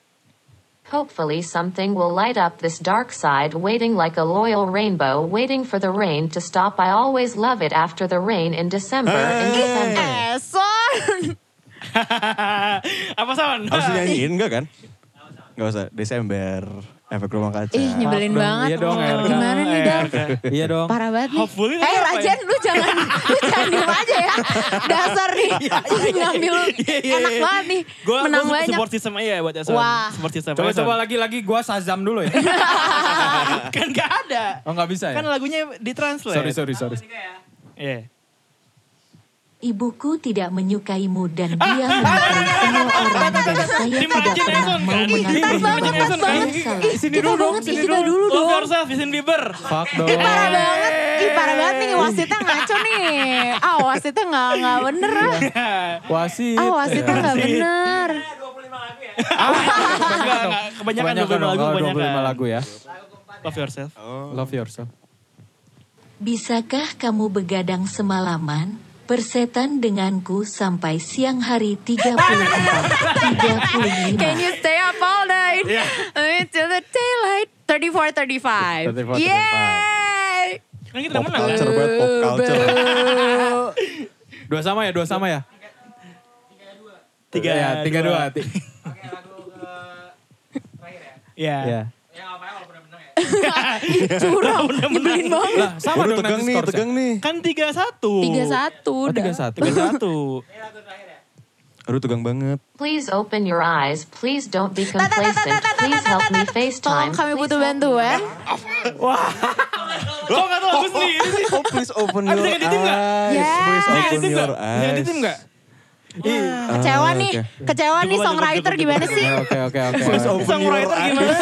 Speaker 13: Hopefully, something will light up this dark side, waiting like a loyal rainbow, waiting for the rain to stop. I always love it after the rain in December. In December.
Speaker 3: Eh, Eson.
Speaker 1: Apa Son?
Speaker 4: Harus
Speaker 3: Iya.
Speaker 4: dinyanyiin enggak kan? Enggak usah. Desember. Efek rumah kaca.
Speaker 3: Ih, nyebelin
Speaker 2: Maaf dong,
Speaker 3: banget.
Speaker 2: iya dong, Erga.
Speaker 3: Gimana nih,
Speaker 1: Eh,
Speaker 3: Dar?
Speaker 1: Erga.
Speaker 2: Iya dong.
Speaker 3: Parah banget nih.
Speaker 1: Hopefully
Speaker 3: Eh,
Speaker 1: apa
Speaker 3: Rajen,
Speaker 1: ya?
Speaker 3: lu jangan, <laughs> lu jangan diem aja ya. Dasar nih, ngambil
Speaker 1: Iya, iya,
Speaker 3: enak
Speaker 1: iya.
Speaker 3: banget nih.
Speaker 1: Gua,
Speaker 3: Menang
Speaker 1: gua
Speaker 3: banyak.
Speaker 1: support system aja buat Eson.
Speaker 3: Wah.
Speaker 1: Support system
Speaker 2: Coba
Speaker 1: Eson. <laughs>
Speaker 2: coba lagi lagi gua sazam dulu <laughs> ya.
Speaker 1: kan gak ada.
Speaker 2: Oh nggak bisa ya.
Speaker 1: Kan lagunya ditranslate.
Speaker 2: Sorry sorry sorry.
Speaker 1: Iya.
Speaker 14: Ibuku tidak menyukaimu dan dia menyukai semua orang dan saya
Speaker 1: Tim
Speaker 14: tidak
Speaker 1: Rajen
Speaker 14: pernah
Speaker 1: Eson
Speaker 14: mau
Speaker 1: kan?
Speaker 14: mengakui
Speaker 1: Tim
Speaker 3: Tas banget,
Speaker 1: Rajen
Speaker 3: tas
Speaker 1: Eson kan?
Speaker 3: banget. Ih,
Speaker 2: Sini
Speaker 3: kita
Speaker 2: dulu dong,
Speaker 3: banget, ih,
Speaker 2: sini
Speaker 3: kita
Speaker 2: dulu.
Speaker 3: dulu
Speaker 1: Love
Speaker 3: dong.
Speaker 1: yourself, Justin
Speaker 2: <laughs>
Speaker 1: Bieber.
Speaker 2: Fuck dong.
Speaker 3: Parah banget, ih parah banget nih wasitnya ngaco nih. Ah wasitnya nggak nggak bener ah.
Speaker 2: Wasit. Iya.
Speaker 3: Ah wasitnya nggak
Speaker 1: Iya.
Speaker 3: bener.
Speaker 1: Enggak, enggak. Kebanyakan 25 lagu,
Speaker 2: dong, kalau 25
Speaker 1: kebanyakan.
Speaker 2: lagu ya.
Speaker 1: Love yourself.
Speaker 2: Love yourself.
Speaker 14: Bisakah kamu begadang semalaman? Persetan denganku sampai siang hari 34, 35.
Speaker 3: Can you stay up all night
Speaker 1: Iya.
Speaker 3: until the daylight? 34, 35.
Speaker 2: 34.
Speaker 3: Yeay!
Speaker 1: Kan kita
Speaker 4: Pop
Speaker 1: menang kan?
Speaker 4: culture banget, pop culture.
Speaker 2: Dua sama ya, dua sama ya.
Speaker 1: Tiga,
Speaker 2: ya, tiga dua. Ti-
Speaker 1: Iya.
Speaker 2: Ya.
Speaker 3: <laughs> Curang,
Speaker 1: <laughs>
Speaker 3: nyebelin banget.
Speaker 2: Lah, sama dong
Speaker 4: Waduh tegang
Speaker 2: nanti
Speaker 4: nih,
Speaker 2: skors ya.
Speaker 4: tegang nih.
Speaker 1: Kan tiga satu.
Speaker 3: 31 udah.
Speaker 2: Tiga satu.
Speaker 1: Oh, Tiga satu.
Speaker 3: <laughs>
Speaker 4: Aduh tegang banget.
Speaker 13: Please open your eyes. Please don't be
Speaker 3: Tat, tat, tat, tat,
Speaker 13: complacent.
Speaker 3: tat, tat,
Speaker 13: Please
Speaker 3: tat,
Speaker 13: help me
Speaker 3: tat, tat. Tolong
Speaker 13: FaceTime.
Speaker 3: kami butuh bantuan.
Speaker 1: Kok gak tau lagu sendiri sih?
Speaker 4: Oh please open
Speaker 1: Ah,
Speaker 4: your
Speaker 1: bisa ngeditin nggak?
Speaker 4: eyes.
Speaker 3: Yes.
Speaker 4: Please
Speaker 1: Bisa
Speaker 4: open
Speaker 1: ngeditin
Speaker 4: your
Speaker 1: nggak? Bisa
Speaker 4: eyes.
Speaker 1: ngeditin nggak?
Speaker 3: Kecewa
Speaker 4: Ah,
Speaker 3: nih,
Speaker 4: oke.
Speaker 3: kecewa
Speaker 1: Coba,
Speaker 3: nih
Speaker 1: coba,
Speaker 3: songwriter
Speaker 1: coba, coba.
Speaker 3: gimana sih?
Speaker 2: Oke, oke, oke.
Speaker 4: Please
Speaker 2: oke.
Speaker 4: open your
Speaker 1: Songwriter
Speaker 4: eyes.
Speaker 1: gimana?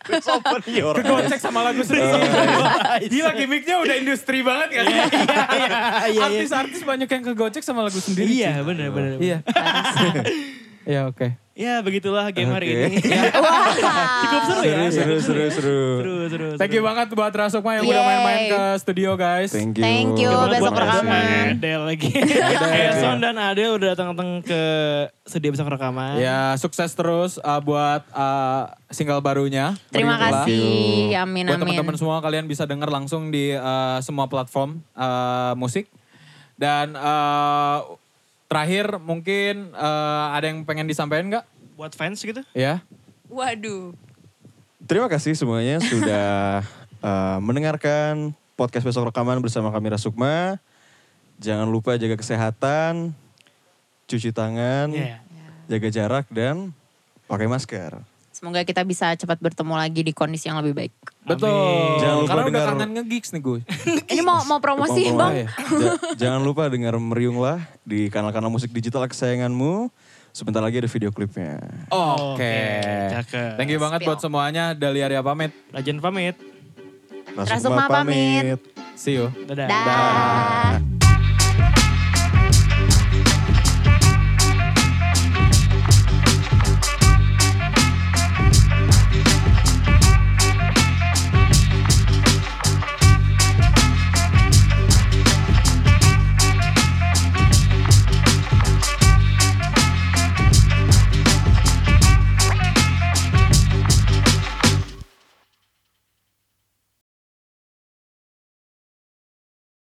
Speaker 4: Please open your eyes.
Speaker 2: Kocek sama lagu sendiri. Gila gimmicknya udah industri banget kan.
Speaker 1: Iya, iya, iya.
Speaker 2: Artis-artis banyak yang kegocek sama lagu sendiri. Ci.
Speaker 1: Iya, bener, bener.
Speaker 2: <laughs> Iya. Ya oke.
Speaker 1: Ya begitulah game hari
Speaker 4: Oke.
Speaker 1: ini. <laughs> Ya. Cukup seru ya.
Speaker 4: Seru, seru, seru.
Speaker 1: Seru, seru,
Speaker 2: Thank you banget buat Rasukma yang udah
Speaker 3: Yeay.
Speaker 2: main-main ke studio guys.
Speaker 4: Thank you.
Speaker 3: Thank you, besok
Speaker 1: Buat
Speaker 3: rekaman.
Speaker 1: Adele lagi. <laughs>
Speaker 2: Adele.
Speaker 1: Eson dan Adele udah datang-datang ke studio besok rekaman.
Speaker 2: Ya sukses terus uh, buat uh, single barunya.
Speaker 3: Terima
Speaker 2: Begitulah.
Speaker 3: kasih, Iya, amin
Speaker 2: Buat
Speaker 3: amin.
Speaker 2: teman-teman semua kalian bisa dengar langsung di uh, semua platform uh, musik. Dan uh, terakhir mungkin uh, ada yang pengen disampaikan nggak?
Speaker 1: Buat fans gitu.
Speaker 2: Ya.
Speaker 3: Waduh.
Speaker 4: Terima kasih semuanya sudah eh, mendengarkan podcast besok rekaman bersama kami Rasukma. Jangan lupa jaga kesehatan, cuci tangan,
Speaker 1: Iya.
Speaker 4: jaga jarak dan pakai masker.
Speaker 3: Semoga kita bisa cepat bertemu lagi di kondisi yang lebih baik.
Speaker 2: Betul.
Speaker 4: Jangan lupa
Speaker 2: Karena udah
Speaker 4: dengar-
Speaker 2: kangen nge-gigs nih gue.
Speaker 3: Ini mau mau promosi,
Speaker 4: Ngomong-ngomong,
Speaker 3: Bang.
Speaker 2: Iya.
Speaker 4: <laughs> ja- jangan lupa dengar meriunglah di kanal-kanal musik digital kesayanganmu. Sebentar lagi ada video klipnya.
Speaker 2: Oke.
Speaker 1: cakep.
Speaker 2: Thank you banget buat semuanya. Dali Arya pamit.
Speaker 1: Rajen pamit.
Speaker 3: Rasukma pamit.
Speaker 2: See you.
Speaker 1: Dadah.
Speaker 3: Dah.